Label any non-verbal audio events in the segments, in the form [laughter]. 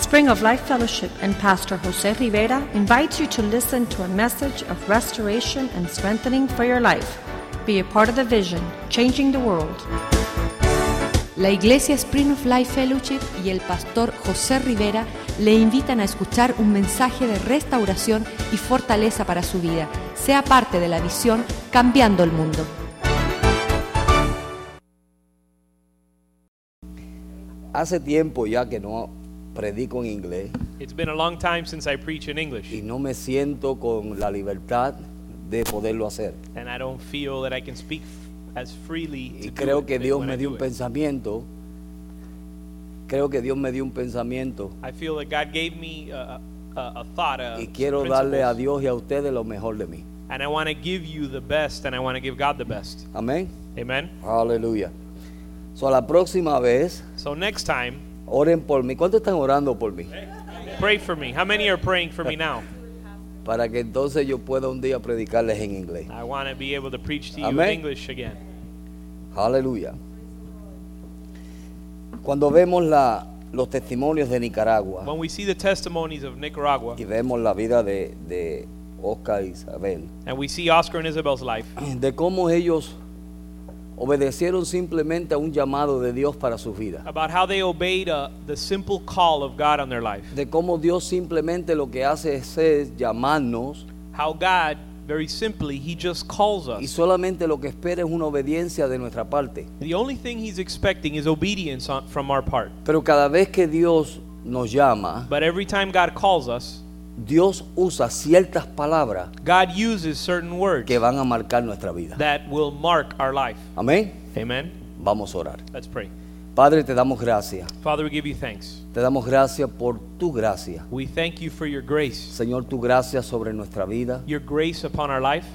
Spring of Life Fellowship and Pastor Jose Rivera invites you to listen to a message of restoration and strengthening for your life. Be a part of the vision, changing the world. La Iglesia Spring of Life Fellowship y el pastor José Rivera le invitan a escuchar un mensaje de restauración y fortaleza para su vida. Sea parte de la visión Cambiando el Mundo. Hace tiempo ya que no predico en inglés It's been a long time since I preach in English, y no me siento con la libertad de poderlo hacer. and I don't feel that I can speak f- as freely. To Y do creo it que than Dios when me I dio un do it. pensamiento, creo que Dios me dio un pensamiento I feel that God gave me a, a, a thought, a y quiero darle a principles, Dios y a ustedes lo mejor de mí. and I want to give you the best, and I want to give God the best. Amén. Amen. Aleluya. So, la próxima vez, So next time, oren por mí. ¿Cuántos están orando por mí? pray for me. How many are praying for [laughs] me now? Para que entonces yo pueda un día predicarles en inglés. I want to be able to preach to you Amen. in English again. Aleluya. Cuando vemos la- los testimonios de Nicaragua, When we see the testimonies of Nicaragua y vemos la vida de, de Oscar y Isabel, and we see Oscar and Isabel's life de cómo ellos obedecieron simplemente a un llamado de Dios para sus vidas, about how they obeyed uh, the simple call of God on their life, de cómo Dios simplemente lo que hace es, es llamarnos how God very simply he just calls us. y solamente lo que espera es una obediencia de nuestra parte. The only thing he's expecting is obedience on, from our part. Pero cada vez que Dios nos llama, But every time God calls us, Dios usa ciertas palabras God uses certain words que van a marcar nuestra vida. that will mark our life. Amén. Amen. Vamos a orar. Let's pray. Padre, te damos gracias. Father, we give you thanks. Te damos gracias por tu gracia. We thank you for your grace, Señor, tu gracia sobre nuestra vida. your grace upon our life.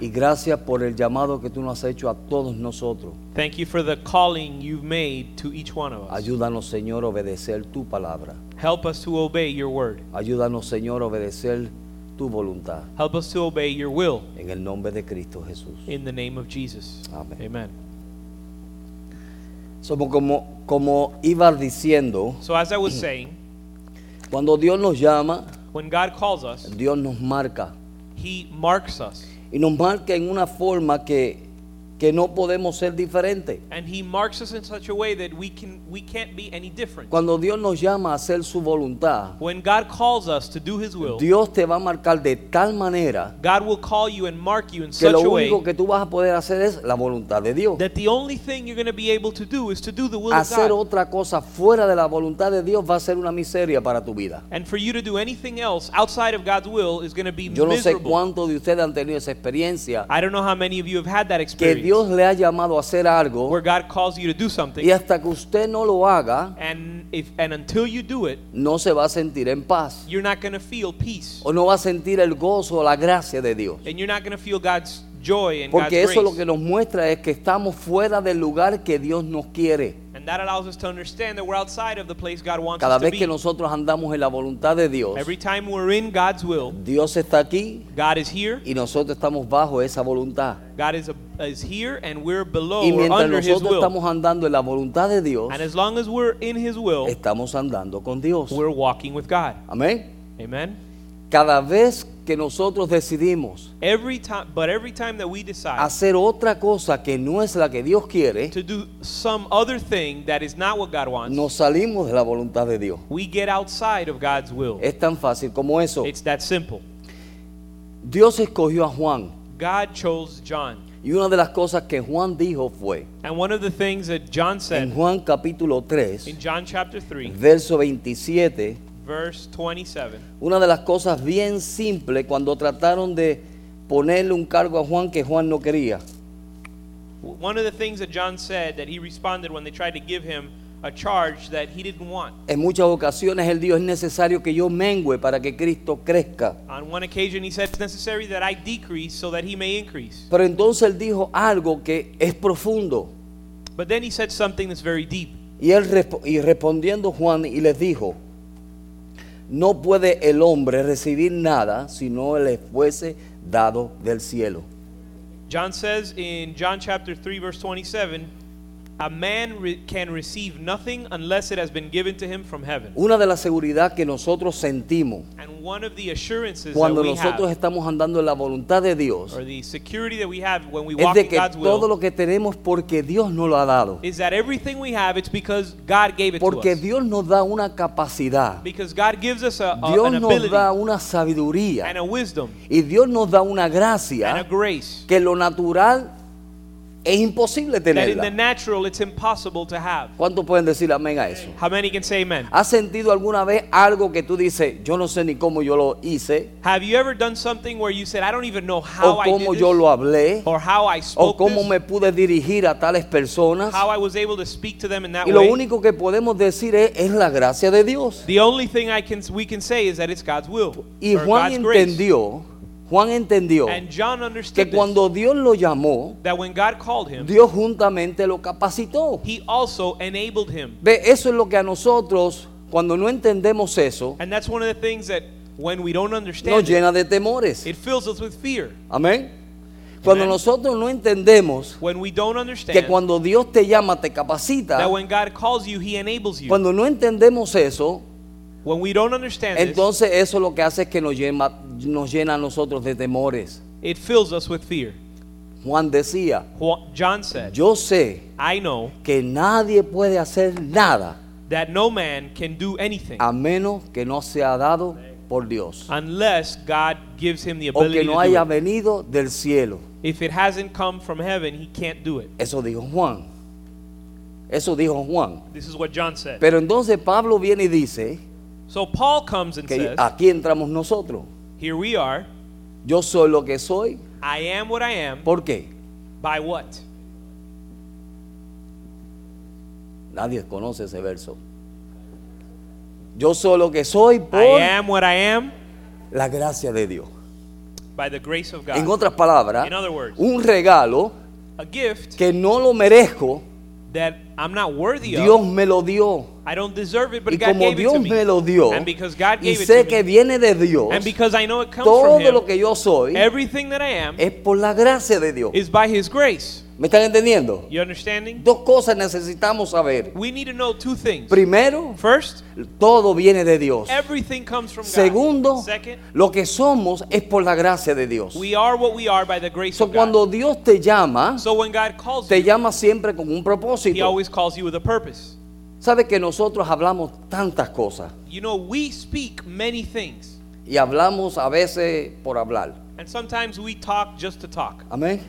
Y gracias por el llamado que tú nos has hecho a todos nosotros. Thank you for the calling you've made to each one of us. Ayúdanos, Señor, a obedecer tu palabra. Help us to obey your word. Ayúdanos, Señor, a obedecer tu voluntad. Help us to obey your will En el nombre de Cristo Jesús. in the name of Jesus. Amen. Amen. Somos como, como iba diciendo, So, as I was saying, cuando Dios nos llama, when God calls us, Dios nos marca. he marks us. Y nos marca en una forma que, que no podemos ser diferente. and he marks us in such a way that we can we can't be any different Cuando Dios nos llama a hacer su voluntad, when god calls us to do his will Dios te va a marcar de tal manera god will call you and mark you in que such lo a way único que tú vas a poder hacer es la voluntad de Dios. that the only thing you're going to be able to do is to do the will of Hacer god otra cosa fuera de la voluntad de Dios va a ser una miseria para tu vida. and for you to do anything else outside of god's will is going to be Yo no sé miserable cuántos de ustedes han tenido esa experiencia i don't know how many of you have had that que Dios experience le ha llamado a hacer algo where god calls you to do something y hasta que usted no lo haga and if and until you do it no se va a sentir en paz you're not going to feel peace o no va a sentir el gozo o la gracia de Dios. and you're not going to feel god's joy and god's Porque eso lo grace que nos muestra es que estamos fuera del lugar que Dios nos quiere. and that allows us to understand that we're outside of the place god wants Cada us to vez be que nosotros andamos en la voluntad de Dios, Every time we're in God's will, Dios está aquí God is here. y nosotros estamos bajo esa voluntad. God is, is here, and we're below Y or mientras under His nosotros will. estamos andando en la voluntad de Dios, And as long as we're in His will, estamos andando con Dios. we're walking with God. Amén. Amen. Cada vez que nosotros decidimos Every time, but every time that we decide hacer otra cosa que no es la que Dios quiere, to do some other thing that is not what God wants, nos salimos de la voluntad de Dios. we get outside of God's will. Es tan fácil como eso. It's that simple. Dios escogió a Juan God chose John, y una de las cosas que Juan dijo fue, and one of the things that John en said Juan capítulo 3, in John chapter three, verso 27, verse twenty-seven. Una de las cosas bien simples cuando trataron de ponerle un cargo a Juan que Juan no quería. One of the things that John said that he responded when they tried to give him a charge that he didn't want. En muchas ocasiones él dijo, es necesario que yo mengüe para que Cristo crezca. On one occasion he said it's necessary that I decrease so that he may increase. Pero entonces él dijo algo que es profundo. But then he said something that's very deep. Y, él resp- y respondiendo Juan y les dijo, no puede el hombre recibir nada si no le fuese dado del cielo. John says in John chapter 3 verse 27, A man re- can receive nothing unless it has been given to him from heaven. Una de las seguridades que nosotros sentimos And one of the assurances that cuando we nosotros have, estamos andando en la voluntad de Dios or the security that we have when we es walk de in que God's todo will, lo que tenemos porque Dios nos lo ha dado. is that everything we have, it's because God gave it to Porque us. Dios nos da una capacidad. Because God gives us a, a- Dios an nos ability da una and sabiduría. a wisdom Y Dios nos da una and a gracia grace que lo natural es imposible that in the tenerla. natural it's impossible to have. ¿Cuántos pueden decir amén a eso? How many can say amen? ¿Has sentido alguna vez algo que tú dices, yo no sé ni cómo yo lo hice, Have you ever done something where you said, I don't even know how o I did cómo this, yo lo hablé, or how I o spoke cómo this, me pude dirigir a tales personas? how I was able to speak to them in that Y lo way? único que podemos decir es, es la gracia de Dios. The only thing I can we can say is that it's God's will. Y or Juan God's grace. entendió, Juan entendió And John que understood this, cuando Dios lo llamó, that when God called him, Dios juntamente lo capacitó. he also enabled him. Ve, eso es lo que a nosotros, cuando no entendemos eso, And that's one of the things that when we don't nos understand it, llena de temores. it fills us with fear. Amén. Cuando Amén. nosotros no entendemos When we don't que understand cuando Dios te llama, te capacita, that when God calls you, he enables you. cuando no entendemos eso, When we don't understand this, entonces eso lo que hace es que nos llena, nos llena a nosotros de temores. it fills us with fear. Juan decía, Juan- John said, yo sé I know que nadie puede hacer nada that no man can do anything a menos que no sea dado por Dios unless God gives him the o ability que no to do haya it. venido del cielo. If it hasn't come from heaven, he can't do it. Eso dijo Juan. Eso dijo Juan. This is what John said. Pero entonces Pablo viene y dice So Paul comes and que says, aquí entramos nosotros. Here we are. Yo soy lo que soy. I am what I am. ¿Por qué? By what? Nadie conoce ese verso. Yo soy lo que soy I por am what I am la gracia de Dios. by the grace of En God. otras palabras, In other words. un regalo A gift que no lo merezco, that I'm not worthy Dios of. me lo dio. I don't deserve it, Y but God como gave it to Dios me. me lo dio, And because God y gave sé it to que me. viene de Dios, And because I know it comes from todo lo Him. que yo soy Everything that I am es por la gracia de Dios. is by His grace. ¿Me están entendiendo? You understanding? Dos cosas necesitamos saber. We need to know two things. Primero, First, todo viene de Dios. everything comes from Segundo, God. Second, lo que somos es por la gracia de Dios. we are what we are by the grace So, of God. cuando Dios te llama, So when God calls te you, llama siempre con un He propósito. always calls you with a purpose. Sabes que nosotros hablamos tantas cosas You know, we speak many things, y hablamos a veces por hablar. and sometimes we talk just to talk. Amén.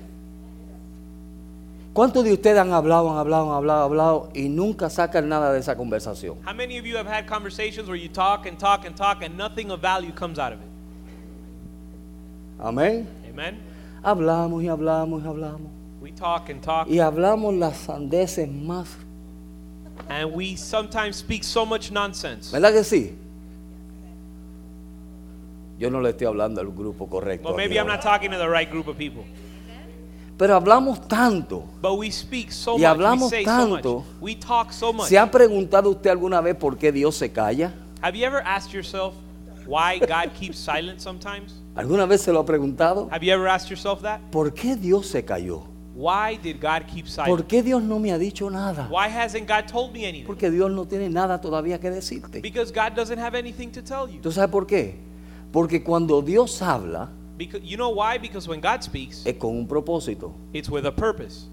¿Cuántos de ustedes han hablado, han hablado, han hablado, hablado y nunca sacan nada de esa conversación? How many of you have had conversations where you talk and talk and talk and nothing of value comes out of it? Amén. Amen? Hablamos y hablamos y hablamos. We talk and talk, Y hablamos las sandeces más. and we sometimes speak so much nonsense. ¿Verdad que sí? Yo no le estoy hablando al grupo correcto. Well, aquí maybe I'm ahora. not talking to the right group of people. Pero hablamos tanto. But we speak so Y much, hablamos we say so tanto. much, we talk so much. ¿Se ha preguntado usted alguna vez por qué Dios se calla? Have you ever asked yourself why God keeps silent sometimes? ¿Alguna vez se lo ha preguntado? Have you ever asked yourself that? ¿Por qué Dios se cayó? Why did God keep ¿Por silent? qué Dios no me ha dicho nada? Why hasn't God told me anything? Porque Dios no tiene nada todavía que decirte. Because God doesn't have anything to tell you. ¿Tú sabes por qué? Porque cuando Dios habla Because you know why? Because when God speaks, es con un propósito, it's with a purpose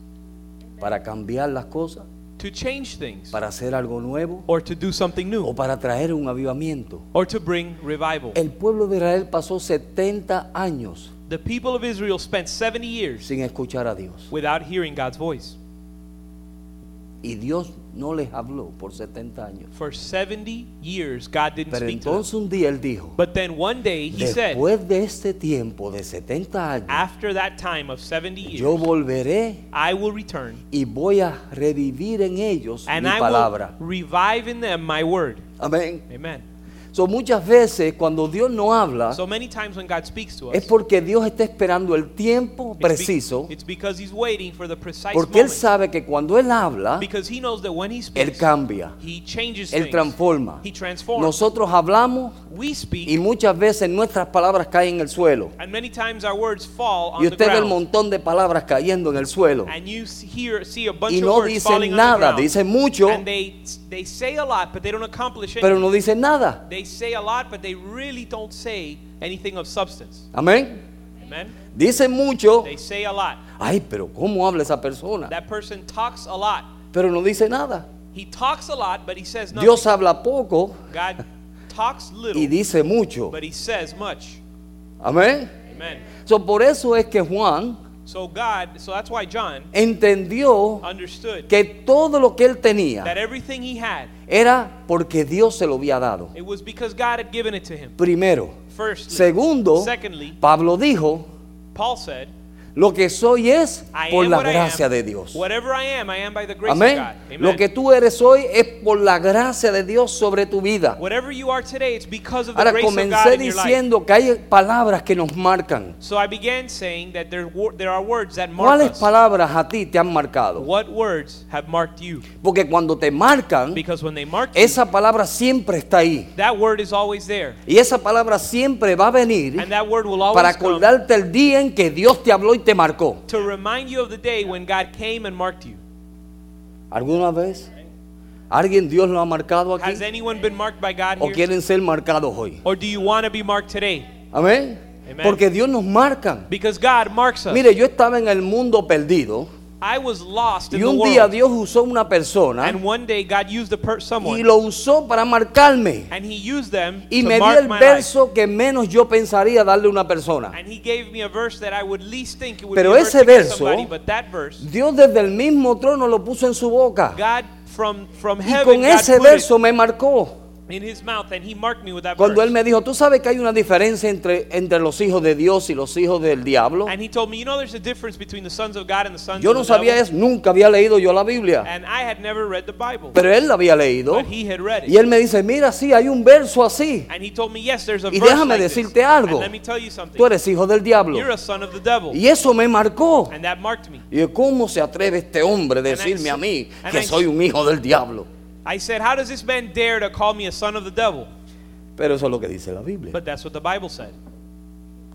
para cambiar las cosas, to change things para hacer algo nuevo or to do something o new para traer un avivamiento. or to bring revival. El pueblo de Israel pasó 70 años The people of Israel spent 70 years sin escuchar a Dios without hearing God's voice. y Dios no les habló por 70 años. For 70 years, God didn't Pero speak to them. entonces un día él dijo, But then one day he said, después de este tiempo de 70 años, After that time of 70 yo years, volveré I will return y voy a revivir en ellos and mi I will palabra. revive in them my word. Amén. Amen. So, muchas veces cuando Dios no habla, So many times when God speaks to us, Ah. es porque Dios está esperando el tiempo it's be- preciso, it's because He's waiting for the precise porque Él moment. sabe que cuando Él habla, Because He knows that when He Él speaks, cambia, He changes Él things. transforma. He transforms. Nosotros hablamos we speak, y muchas veces nuestras palabras caen en el suelo. and many times our words fall on Y the usted ve el ground. montón de palabras cayendo en el suelo. and you s- hear, see a bunch Y of no words falling dicen on the nada, ground. dicen mucho, and they, they say a lot, but they don't accomplish anything. pero no dicen nada. They say a lot, but they really don't say anything of substance. Amén. Amen? Dicen mucho. They say a lot. Ay, pero ¿cómo habla esa persona? That person talks a lot. Pero no dice nada. He talks a lot, but he says nothing. Dios habla poco God talks little, y dice mucho. but he says much. Amén. Amen. So, por eso es que Juan So God, so that's why John entendió understood que todo lo que él tenía that everything he had, era porque Dios se lo había dado. it was because God had given it to him. Primero. Firstly, Segundo, secondly, Pablo dijo, Paul said, lo que soy es I por am la what I gracia am. de Dios. Whatever I am, I am by the grace of Amén. God. Amen. Lo que tú eres hoy es por la gracia de Dios sobre tu vida. Whatever you are today, it's because of the Ahora grace of comencé God in your life. diciendo que hay palabras que nos marcan. So I began saying that there, wo- there are words that mark ¿Cuáles us. palabras a ti te han marcado? What words have marked you? Porque cuando te marcan, Because when they mark you, esa palabra siempre está ahí. that word is always there. Y esa palabra siempre va a And venir that word will para always come acordarte el día en que Dios te habló y te marcó. to remind you of the day when God came and marked you. ¿Alguna vez? ¿Alguien Dios lo ha marcado aquí? Has anyone been marked by God ¿O here? quieren ser marcados hoy? Or do you want to be marked today? Amén. Amen. Porque Dios nos marca. Because God marks us. Mire, yo estaba en el mundo perdido I was lost in y the un día world. Dios usó una persona And one day God used a per- y someone. lo usó para marcarme. And he used them Y to me dio mark el my life. verso que menos yo pensaría darle a una persona. And he gave me a verse that I would least think it would Pero be a ese verse to give verso- somebody, but that verse, Dios desde el mismo trono lo puso en su boca God from from y con heaven God ese put it verso me marcó. in his mouth and he marked me with that Cuando verse. él me dijo, tú sabes que hay una diferencia entre, entre los hijos de Dios y los hijos del diablo. And he told me, you know, there's a difference between the sons of God and the sons Yo of no the sabía devil. eso, nunca había leído yo la Biblia, And I had never read the Bible, pero él la había leído. but he had read it. Y él me dice, mira, sí, hay un verso así. And he told me, yes, there's a Y verse déjame like this. decirte algo. And let me tell you something. Tú eres hijo del diablo. You're a son of the devil. Y eso me marcó. And that marked me. Y yo, cómo se atreve este hombre a And I decirme a said- mí and que I soy said- un hijo del diablo. I said, how does this man dare to call me a son of the devil? Pero eso es lo que dice la Biblia. But that's what the Bible said.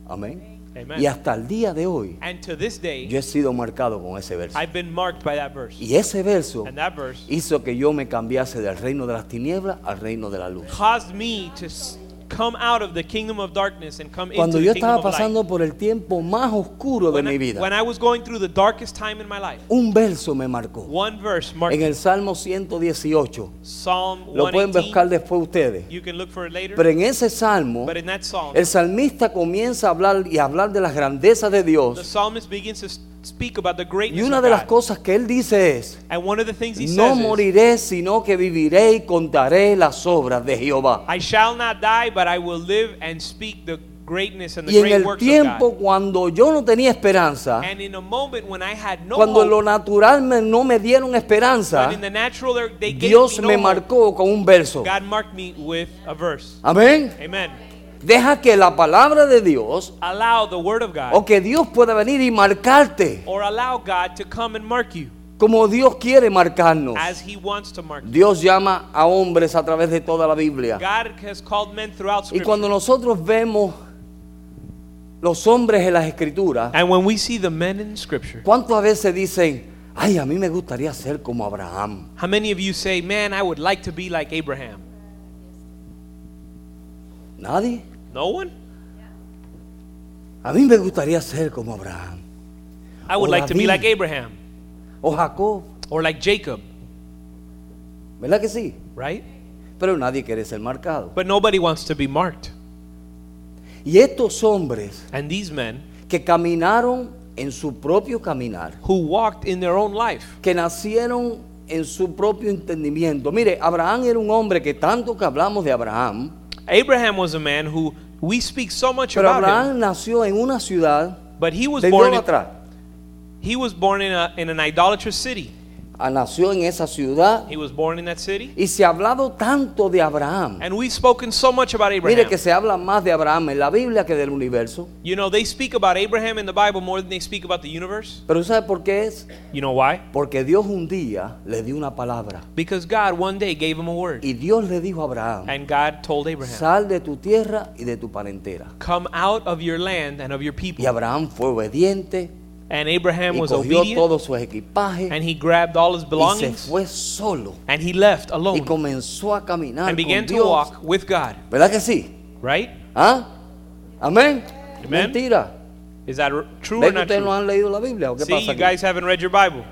Amén. Amen. Y hasta el día de hoy And to this day, yo he sido marcado con ese verso. I've been marked by that verse. Y ese verso And that verse hizo que yo me cambiase del reino de las tinieblas al reino de la luz. caused me to s- come out of the kingdom of darkness and come Cuando into yo the kingdom estaba of light. pasando por el tiempo más oscuro de when, mi I, when vida, I was going through the darkest time in my life, un verso me marcó. one verse marked En el Salmo 118. Psalm Lo pueden 118. buscar después ustedes. You can look for it later. Pero en ese salmo, but in that psalm, el salmista comienza a hablar y a hablar de las grandezas de the Dios. psalmist begins to s- speak about the Y greatness una of de las God. cosas que él dice es, and one of the things he no says is, moriré, sino que viviré y contaré las obras de Jehová. I shall not die, but I will live and speak the greatness and the Y en great el works tiempo of cuando yo no tenía esperanza, God. And in a moment when I had no cuando en lo hope, natural me- no me dieron esperanza, when in the natural there- they gave Dios me no me hope, marcó con un verso. God marked me with a verse. Amén. Amen. Deja que la palabra de Dios Allow the word of God o que Dios pueda venir y marcarte or allow God to come and mark you como Dios quiere marcarnos. as he wants to mark you. Dios llama a hombres a través de toda la Biblia. God has called men throughout Y scripture. cuando nosotros vemos los hombres en las escrituras, And when we see the men in scripture, ¿cuántas veces dicen, ay, a mí me gustaría ser como Abraham? how many of you say, "Man, I would like to be like Abraham"? Nadie. No one. A mí me gustaría ser como Abraham. I would O like to be David. like Abraham O Jacob, or like Jacob, ¿verdad que sí? right? Pero nadie quiere ser marcado. But nobody wants to be marked. Y estos hombres And these men que caminaron en su propio caminar, who walked in their own life, que nacieron en su propio entendimiento. Mire, Abraham era un hombre que tanto que hablamos de Abraham, Abraham was a man who we speak so much Pero about him, Abraham nació en una ciudad but he was de born in, idólatra. he was born in a in an idolatrous city. Ah, nació en esa ciudad. He was born in that city. Y se ha hablado tanto de Abraham. And we've spoken so much about Mire que Abraham. se habla más de Abraham en la Biblia que del universo. You know, they speak about Abraham in the Bible more than they speak about the universe. Pero ¿sabe por qué es? You know why? Porque Dios un día le dio una palabra. Because God one day gave him a word. Y Dios le dijo a Abraham, And God told Abraham, sal de tu tierra y de tu parentela. Come out of your land and of your Y people. Abraham fue obediente And Abraham y was cogió obedient. todos sus equipajes And he grabbed all his y se belongings. fue solo And he left y alone. comenzó a caminar And began con to Dios. walk with God. ¿Verdad que sí? Right? ¿Ah? ¿Amén? Amen. Mentira. Is that r- true or ¿Ven que not ustedes no true? han leído la Biblia o qué See, pasa you aquí? guys haven't read your Bible.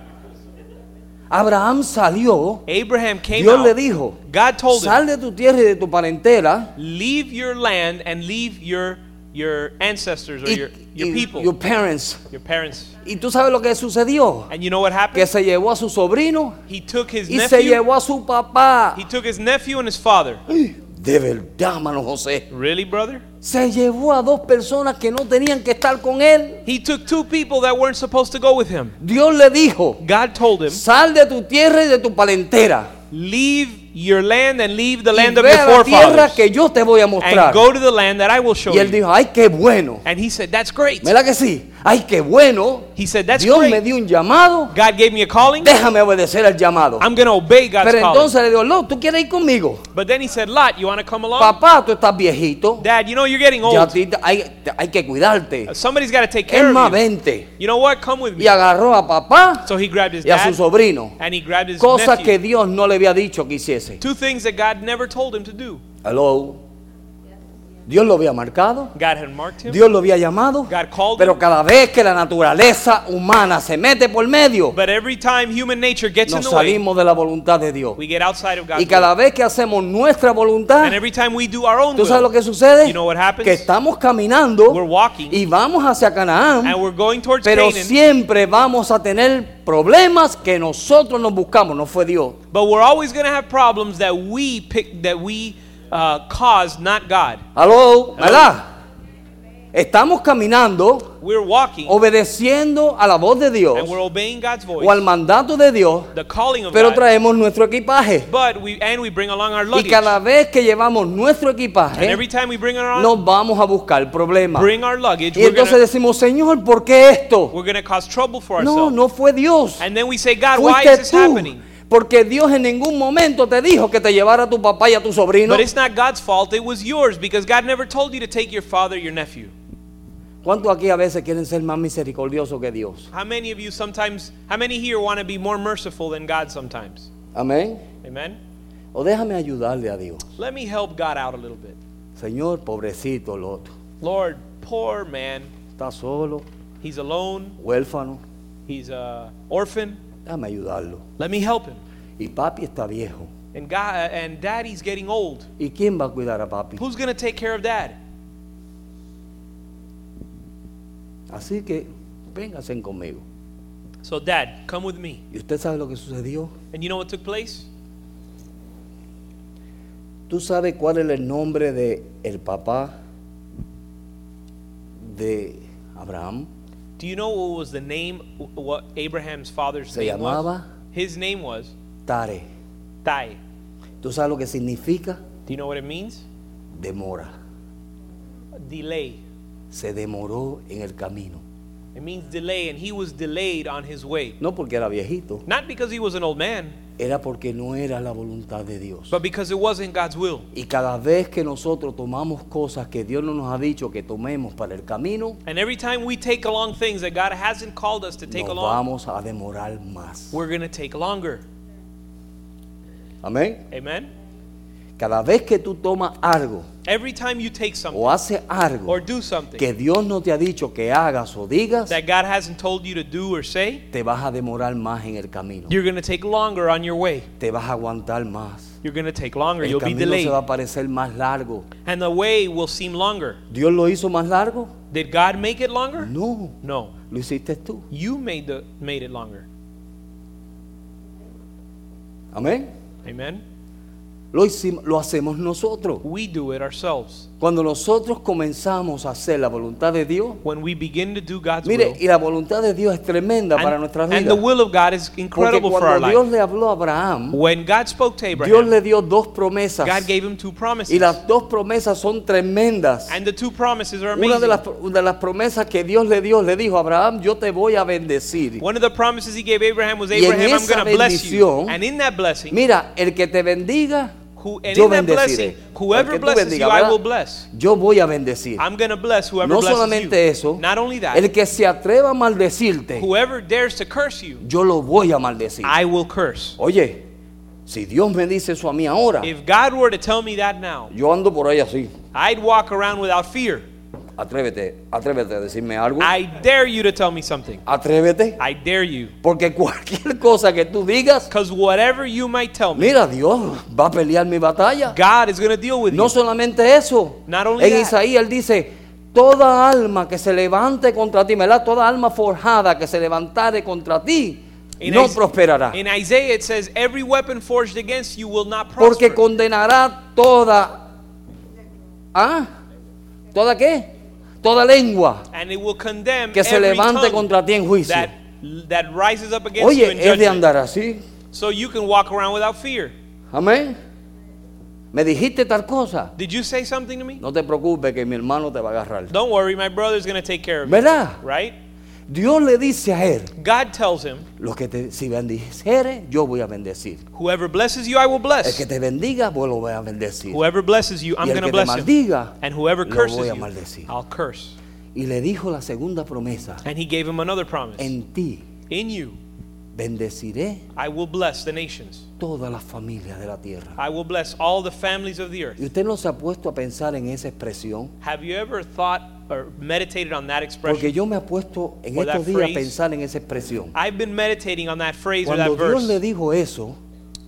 Abraham salió, Abraham came Dios le out. dijo, God told him, sal de tu tierra y de tu parentela leave your land and leave your your ancestors or y, your, your y- people, your parents. your parents. Y tú sabes lo que sucedió, And you know what que happened? se llevó a su sobrino He took his y se nephew. llevó a su papá. He took his nephew and his father. De verdad, mano José. Really, brother? Se llevó a dos personas que no tenían que estar con él. He took two people that weren't supposed to go with him. Dios le dijo, God told him, sal de tu tierra y de tu palentera. leave your land and leave the Y land of ve your a la tierra forefathers que yo te voy a mostrar. and go to the land that I will show Y él you. dijo, ay, qué bueno. And he said, that's great. ¿Verdad que sí? Ay, qué bueno. He said, that's Dios me great. dio un llamado. God gave me a calling. Déjame obedecer al llamado. I'm going to obey God's Pero calling. entonces le dijo, no, tú quieres ir conmigo. But then he said, Lot, you want to come along? Papá, tú estás viejito. Dad, you know you're getting Ya a Oh. old. ti te- hay, te- hay que cuidarte. Somebody's got to take Es care más, of you. vente. You know what? Come with Y me. agarró a papá So he grabbed his y a su dad sobrino. and he grabbed his Cosas que nephew. Dios no le había dicho que hiciese. Two things that God never told him to do. Hello. Dios lo había marcado. God had marked him. Dios lo había llamado. God called Pero him. cada vez que la naturaleza humana se mete por medio, But every time human nature gets in nos the way, salimos de la voluntad de Dios. we get outside of God's Y will. cada vez que hacemos nuestra voluntad, And every time we do our own ¿tú sabes lo que will, sucede? You know what happens? Que estamos caminando We're walking. y vamos hacia Canaán. and we're going towards Pero Canaan, siempre vamos a tener problemas que nosotros nos buscamos, no fue Dios. but we're always going to have problems that we pick, that we uh, cause, not God. Aló, ¿verdad? Estamos caminando, We're walking obedeciendo a la voz de Oh, Dios and we're obeying God's voice, o al mandato de Dios, the calling of pero God. traemos nuestro equipaje. But we and we bring along our Y luggage. cada vez que llevamos nuestro and equipaje, every time we bring our nos vamos a buscar problemas. bring our luggage, Y we're entonces gonna, decimos, Señor, ¿por qué esto? we're gonna cause trouble for No, ourselves. no fue Dios. And then we say, God, why is Fuiste this tú. happening? Porque Dios en ningún momento te dijo que te llevara a tu papá y a tu sobrino. But it's not God's fault, it was yours because God never told you to take your father, your nephew. ¿Cuántos aquí a veces quieren ser más misericordiosos que Dios? How many of you sometimes how many here want to be more merciful than God sometimes? Amén. Amen? O déjame ayudarle a Dios. Let me help God out a little bit. Señor, pobrecito Lot. Lord, poor man. Está solo, He's alone, huérfano. he's a orphan. Déjame ayudarlo. Let me help him. Y papi está viejo. And God and daddy's getting old. ¿Y quién va a cuidar a papi? Who's gonna take care of dad? Así que vénganse conmigo. So dad, come with me. ¿Y usted sabe lo que sucedió? And you know what took place? ¿Tú sabes cuál es el nombre de el papá de Abraham? Do you know what was the name, what Abraham's father's Se name was? llamaba- His name was Tare. Tai. ¿Tú sabes lo que significa? Do you know what it means? Demora. Delay. Se demoró en el camino. It means delay, and he was delayed on his way. No porque era viejito, Not because he was an old man, era porque no era la voluntad de Dios. but because it wasn't God's will. Y cada vez que nosotros tomamos cosas que Dios no nos ha dicho que tomemos para el camino, And every time we take along things that God hasn't called us to take nos along, vamos a demorar más. we're going to take longer. Amén. Amen? Cada vez que tú tomas algo Every time you take something o haces algo or do something Oh. que Dios no te ha dicho que hagas o digas, that God hasn't told you to do or say, te vas a demorar más en el camino. you're going to take longer on your way. Te vas a aguantar más. You're going to take longer. El You'll be camino se va delayed. a parecer más largo. And the way will seem longer. ¿Dios lo hizo más largo? Did God make it longer? No, No. lo hiciste tú. You made the made it longer. Amén. Amen. Lo, hicim- lo hacemos nosotros. We do it ourselves. Cuando nosotros comenzamos a hacer la voluntad de Dios, When we begin to do God's mire, will, y la voluntad de Dios es tremenda para and, nuestras and the vidas. will of God is Porque incredible for our cuando Dios life. le habló a Abraham, When God spoke to Dios Abraham, le dio dos promesas. God gave him two promises. Y las dos promesas son tremendas. And the two promises are Una de amazing. las, de las promesas que Dios le dio, le dijo, Abraham, yo te voy a bendecir. One of the promises he gave Abraham was Y en Abraham, I'm esa going to bless you. bendición, And in that blessing, Mira, el que te bendiga, who, and yo in that blessing, bendeciré. El whoever que tú blesses bendiga, you, I ¿verdad? will bless. Yo voy a bendecir. I'm going to bless whoever No blesses you. solamente eso, Not only that, el que se atreva a maldecirte, whoever dares to curse you, yo lo voy a maldecir. I will curse. Oye, si Dios me dice eso a mí ahora, If God were to tell me that now, yo ando por ahí así. I'd walk around without fear. Atrévete, atrévete a decirme algo. I dare you to tell me something. Atrévete, I dare you. porque cualquier cosa que tú digas, Because whatever you might tell me, mira, Dios va a pelear mi batalla. God is going to deal with No you. solamente eso. Not only en that. Isaías él dice, toda alma que se levante contra ti, ¿verdad? Toda alma forjada que se levantare contra ti, In no Isa- prosperará. In Isaiah, it says, Every weapon forged against you will not prosper. Porque condenará toda... ¿Ah? ¿Toda qué? Toda lengua. And it will condemn Que se every levante tongue contra ti en juicio. That, that rises up against you Oye, es in de judgment. andar así. So you can walk around without fear. Amén. Me dijiste tal cosa. Did you say something to me? No te preocupes que mi hermano te va a agarrar. Don't worry, my brother's going to take care of it. ¿Verdad? Right? Dios le dice a él, God tells him, lo que te, si bendijere, yo voy a bendecir. Whoever blesses you, I will El bless. que te bendiga, vos lo voy a bendecir. Whoever blesses you, I'm y el going to que te bless maldiga, him. And whoever lo curses voy a you, maldecir. I'll curse. Y le dijo la segunda promesa, And he gave him another promise. en ti in you, bendeciré I will bless the nations. toda la familia de la tierra. I will bless all the families of the ¿Y earth. usted no se ha puesto a pensar en esa expresión? Have you ever thought or meditated on that expression? Porque yo me he puesto en Or that estos días a phrase. pensar en esa expresión. I've been meditating on that phrase or Cuando that Dios le verse. dijo eso,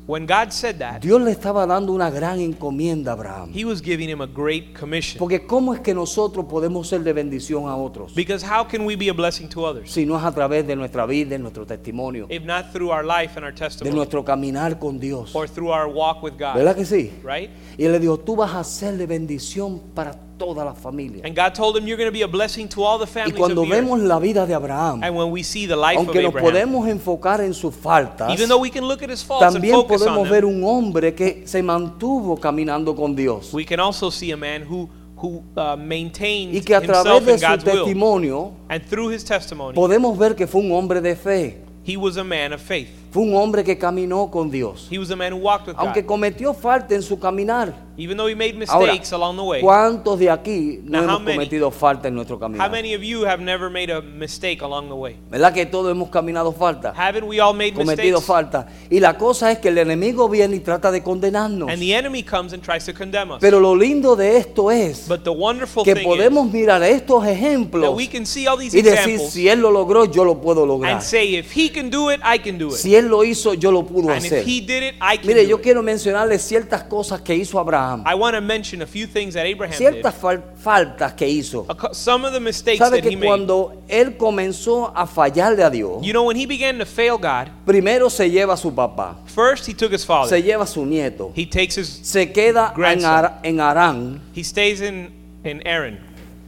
When God said that, Dios le estaba dando una gran encomienda a Abraham. He was giving him a great commission. Porque ¿cómo es que nosotros podemos ser de bendición a otros? Because how can we be a blessing to others Si no es a través de nuestra vida, de nuestro testimonio, if not through our life and our de testimony nuestro caminar con Dios. or through our walk with God? ¿Verdad que sí? Right? Y le dijo, tú vas a ser de bendición para toda la familia. And God told him, You're going to be a blessing to all the Y families of cuando the earth. vemos la vida de Abraham, And when we see the life of aunque nos Abraham, podemos enfocar en sus faltas, even though we can look at his faults and también focus on podemos ver them, un hombre que se mantuvo caminando con Dios. we can also see a man who who uh, maintained Y que a himself través de in su God's will. testimonio And through his testimony, podemos ver que fue un hombre de fe, he was a man of faith. fue un hombre que caminó con Dios. He was a man who walked with Aunque God. cometió falta en su caminar. Even though he made Ahora, mistakes along the way, ¿cuántos de aquí no Now, how hemos many- cometido falta en nuestro how caminar? many of you have never made a mistake along the way? ¿Verdad que todos hemos caminado falta? Haven't we all made cometido mistakes? falta. Y la cosa es que el enemigo viene y trata de condenarnos. And the enemy comes and tries to condemn us. Pero lo lindo de esto es But the wonderful que thing is podemos mirar estos that ejemplos we can see all these y decir, examples si él lo logró, yo lo puedo lograr. and say, if he can do it, I can do it. Si él lo hizo, yo lo pudo And if hacer. he did it, I can Mire, yo do it. quiero mencionarles ciertas cosas que hizo Abraham. I want to mention a few things that Abraham did. Ciertas fal- faltas que hizo. A cou- Some of the mistakes Sabe that he que made. cuando él comenzó a fallarle a Dios, You know, when he began to fail God, primero se lleva a su papá, first he took his father. se lleva a su nieto, He takes his, se queda en, Grandson. Ar- en Arán, he stays in, in Aaron.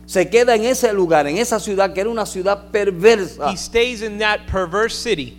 Se queda en ese lugar, en esa ciudad que era una ciudad perversa. He stays in that perverse city.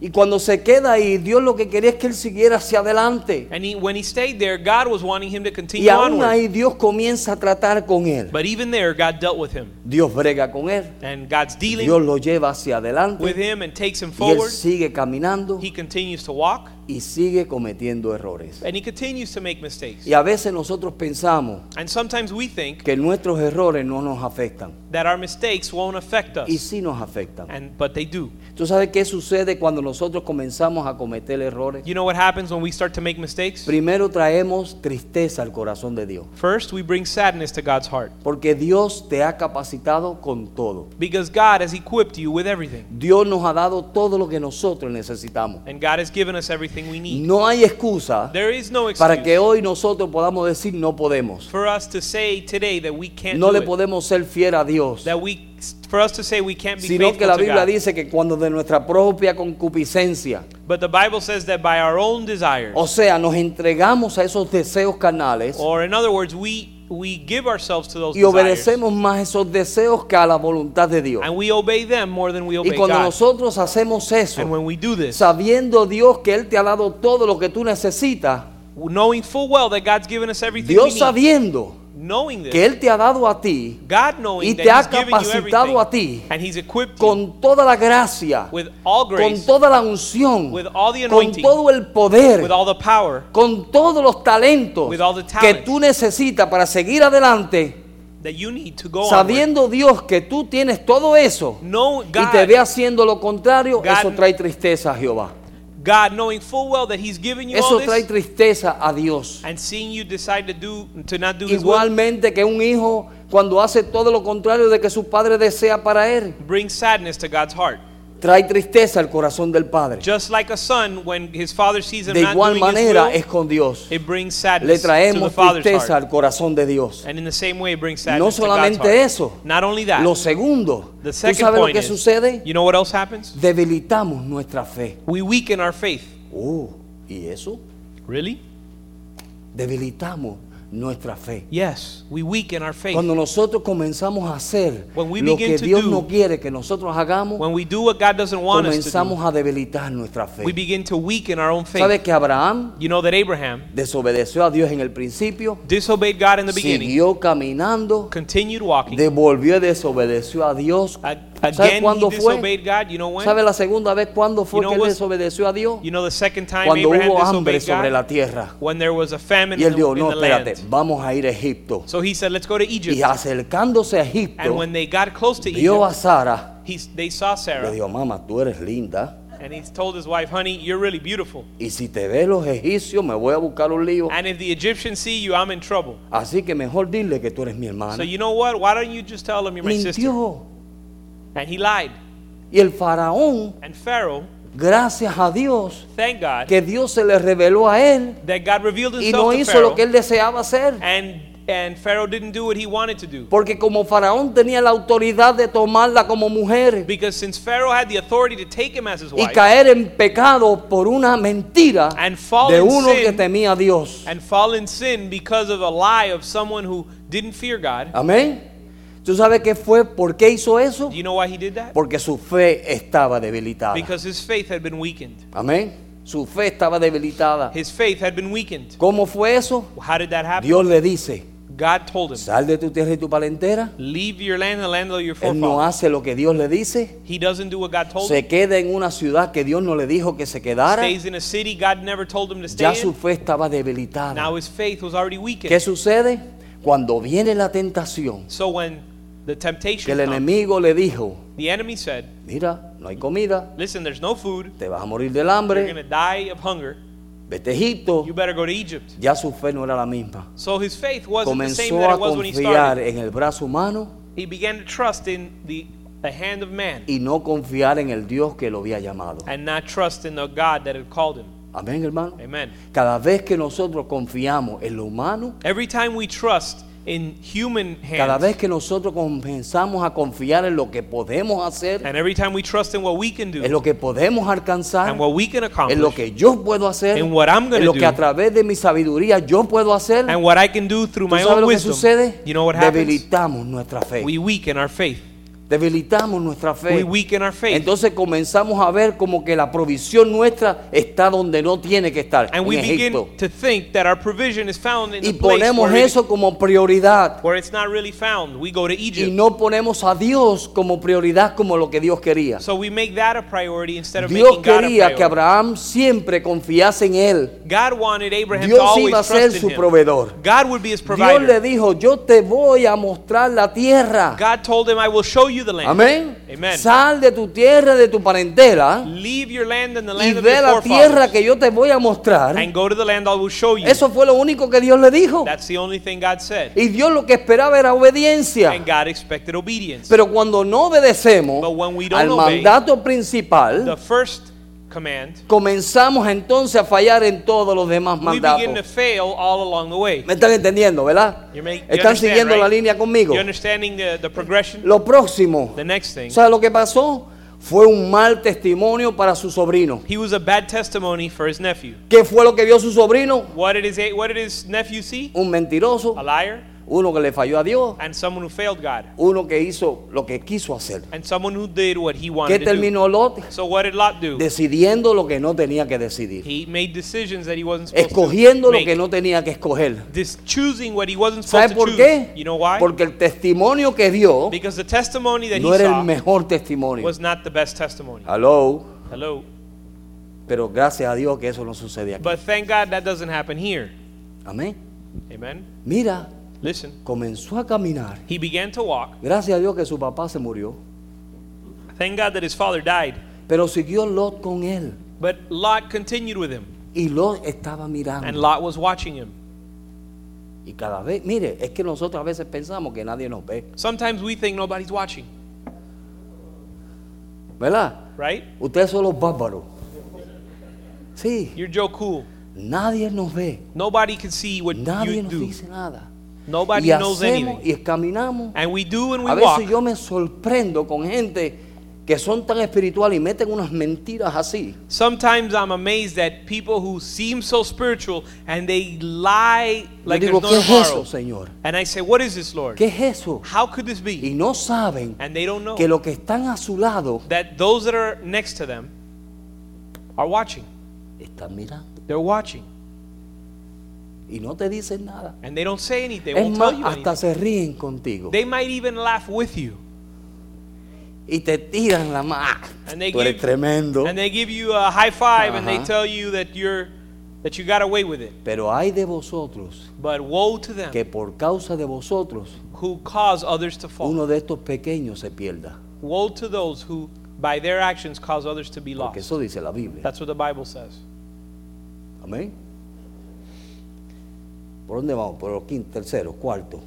Y cuando se queda ahí, Dios lo que quería es que él siguiera hacia adelante. And he, when he stayed there, God was wanting him to Y continue aún onward. ahí Dios comienza a tratar con él. But even there, God dealt with him. Dios brega con él. And God's dealing Dios lo lleva hacia with adelante. him and takes him Y él forward. sigue caminando He continues to walk y sigue cometiendo errores. and he continues to make mistakes. Y a veces nosotros pensamos And sometimes we think que nuestros errores no nos afectan. that our mistakes won't affect Y us, sí nos afectan. and but they do. ¿Tú sabes qué sucede cuando nosotros comenzamos a cometer errores? You know what happens when we start to make mistakes? Primero traemos tristeza al corazón de Dios. First, we bring sadness to God's heart Porque Dios te ha capacitado con todo. because God has equipped you with everything Dios nos ha dado todo lo que nosotros necesitamos. and God has given us everything we need. No hay excusa There is no excuse para que hoy nosotros podamos decir no podemos. for us to say today that we can't No do le it. podemos ser fiel a Dios. That we, for us to say we can't be Sino que faithful la to Biblia God. dice que cuando de nuestra propia concupiscencia, But the Bible says that by our own desires, o sea, nos entregamos a esos deseos carnales or in other words, we we give ourselves to those y desires, obedecemos más esos deseos que a la voluntad de Dios. and we obey them more than we Y obey cuando God. nosotros hacemos and eso, when we do this, sabiendo Dios que Él te ha dado todo lo que tú necesitas, knowing full well that God's given us everything Dios we need, sabiendo knowing this, que Él te ha dado a ti God knowing y that te ha He's given you capacitado everything, a ti and He's equipped you con toda la gracia, with all con grace, toda la unción, with all the con anointing, todo el poder, with all the power, con todos los talentos with all the que talents. tú necesitas para seguir adelante, that you need to go on. sabiendo Dios que tú tienes todo eso No, y te God, ve haciendo lo contrario, God- eso trae tristeza a Jehová. God knowing full well that He's given you all Eso trae this, tristeza a Dios. and seeing you decide to do to not do His will, Igualmente que un hijo cuando hace todo lo contrario de que su padre desea para él, brings sadness to God's heart. trae tristeza al corazón del padre. Just like a son, when his father sees him De not igual doing manera his es will, con Dios. it brings Le sadness to the traemos father's tristeza heart. al corazón de Dios. And in the same way, it brings No sadness to God's solamente heart. eso, Not only that, lo segundo, the ¿tú second sabes lo point que is, sucede? you know what else happens? Debilitamos nuestra fe. We weaken our faith. Oh, ¿y eso? Really? Debilitamos nuestra fe. Yes, we weaken our faith. Cuando nosotros comenzamos a hacer When we lo begin que to Dios do- no quiere que nosotros hagamos, when we do what God doesn't want us to do, comenzamos a debilitar nuestra fe. we begin to weaken our own faith. ¿Sabes que Abraham You know that Abraham desobedeció a Dios en el principio? disobeyed God in the beginning, Siguió caminando, continued walking. devolvió y desobedeció a Dios. A- ¿Sabes Again, he cuándo fue? disobeyed God. You know when? ¿Sabes la segunda vez cuándo fue You know que él what's- desobedeció a Dios? You know the second time Cuando Abraham hubo hambre disobeyed sobre God, la tierra. when there was a famine Y él in, the, dijo, in no, the land. espérate, vamos a ir a Egipto. So he said, let's go to Egypt. Y acercándose a And Egipto, when they got close to vio a Egypt, Sara. he, they saw Le Sarah. dijo, mamá, tú eres linda. And he told his wife, honey, you're really beautiful. Y si te ve los egipcios, me voy a buscar un lío. And if the Egyptians see you, I'm in trouble. Así que mejor dile que tú eres mi So hermana. you know what? Why don't you just tell them you're my sister? Mintió. And he lied. Y el faraón, And Pharaoh, gracias a Dios, thank God, que Dios se le reveló a él that God revealed y himself no to hizo Pharaoh. lo que él deseaba hacer. And, and Pharaoh didn't do what he wanted to do. Porque como faraón tenía la autoridad de tomarla como mujer Because since Pharaoh had the authority to take him as his y wife, caer en pecado por una mentira And fall de in uno sin. que temía a Dios. and fall in sin because of a lie of someone who didn't fear God. Amén. ¿Tú sabes qué fue? ¿Por qué hizo eso? Do you know why he did that? Porque su fe estaba debilitada. Because his faith had been weakened. Amén. Su fe estaba debilitada. His faith had been weakened. ¿Cómo fue eso? How did that happen? Dios le dice, God told him, sal de tu tierra y tu palentera. leave your land, the land of your Él no forefathers. hace lo que Dios le dice. He doesn't do what God told him. Se queda en una ciudad que Dios no le dijo que se quedara. Stays in a city God never told him to Ya stay su in. fe estaba debilitada. Now his faith was already weakened. ¿Qué sucede? Cuando viene la tentación, So when the que temptation el comes, enemigo le dijo, the enemy said, mira, no hay comida, listen, there's no food. te vas a morir del You're going to hambre, die of hunger. vete a Egipto. You better go to Egypt. Ya su fe no era la misma. So his faith wasn't the same Comenzó that a it was when he started. confiar en el brazo humano He began to trust in the, the hand of man y no confiar en el Dios que lo había llamado. and not trust in the God that had called him. Amén, hermano. Amen. Cada vez que nosotros confiamos en lo humano, Every time we trust in human cada vez hands que nosotros comenzamos a confiar en lo que podemos hacer, and every time we trust in what we can en do lo que podemos alcanzar, and what we can en lo accomplish que yo puedo hacer, And what I'm gonna en lo que do. a través de mi sabiduría yo puedo hacer, and what I can do through ¿tú my sabes own lo que wisdom, sucede? you know what happens? Debilitamos nuestra fe. We weaken our faith. Debilitamos nuestra We fe. weaken our faith. Entonces comenzamos a ver como que la provisión nuestra está donde no tiene que estar, And we en Egipto. begin to think that our provision is found in Y the place ponemos where, it- eso como prioridad. where it's not really found. We go to Y Egypt. no ponemos a Dios como prioridad como lo que Dios quería. So we make that a priority instead of Dios making God a quería que priority. Abraham siempre confiase en él. God wanted Abraham to Dios always iba a ser trust su in him. proveedor. God would be his Dios provider. le dijo, yo te voy a mostrar la tierra. God told him, I will show you the land. Amén. Amen. Sal de tu tierra, de tu parentela Leave your land and the y land of ve your la tierra forefathers. que yo te voy a mostrar. And go to the land I will show you. Eso fue lo único que Dios le dijo. That's the only thing God said. Y Dios lo que esperaba era obediencia. And God expected obedience. Pero cuando no obedecemos But when we don't al obey, mandato The principal, first command, comenzamos entonces a fallar en todos los demás we begin to mandatos. fail all along the way. ¿Me están entendiendo, verdad? You make- you ¿Están understand, siguiendo la right? línea conmigo? You understanding the, the progression? Lo próximo, The next thing. ¿sabes lo que pasó? Fue un mal testimonio para su sobrino. He was a bad testimony for his nephew. ¿Qué fue lo que vio su sobrino? What did his, what did his nephew see? Un mentiroso, A liar uno que le falló a Dios, and someone who failed God. uno que hizo lo que quiso hacer. And someone who did what he ¿Qué wanted to do. terminó Lot? So what did Lot do? Decidiendo lo que no tenía que decidir, He made decisions that he wasn't supposed escogiendo to lo make. que no tenía que escoger. This choosing what he wasn't supposed ¿Sabe to por choose. qué? You know why? Porque el testimonio que dio because the testimony that no he era saw el mejor testimonio. was not the best testimony. Hello, Hello. pero gracias a Dios que eso no sucede aquí. But thank God that doesn't happen here. Amén. Amen. Mira, Listen. comenzó a caminar. He began to walk. Gracias a Dios que su papá se murió, Thank God that his father died. pero siguió Lot con él But Lot continued with him. y Lot estaba And mirando. Lot was watching him. Y cada vez, mire, es que nosotros a veces pensamos que nadie nos ve, Sometimes we think nobody's watching, ¿verdad? right? Ustedes son los bárbaros. Sí, You're Joe Cool. nadie nos ve, Nobody can see what nadie you nos do. dice nada. Nobody y knows hacemos anything. y caminamos. And we do when we A walk. veces yo me sorprendo con gente que son tan espirituales y meten unas mentiras así. Sometimes I'm amazed at people who seem so spiritual and they lie like yo digo, ¿qué there's es no tomorrow. eso, Señor? And I say, what is this, Lord? ¿Qué es eso? How could this be? Y no saben And they don't know que los que están a su lado that those that are next to them are watching. están mirando They're watching. y no te dicen nada. And they don't say anything. They Es won't tell más, you hasta se anything. ríen contigo They might even laugh with you. y te tiran la mano. And they Tú eres give- tremendo. And they give you a high five and they Ajá. tell you that you're that you got away with it. Pero hay de vosotros But woe to them que por causa de vosotros who cause others to fall. uno de estos pequeños se pierda. Woe to those who by their actions cause others to be Porque lost. eso dice la Biblia. That's what the Bible says. Amén. ¿Por dónde vamos? Por el quinto, tercero, cuarto.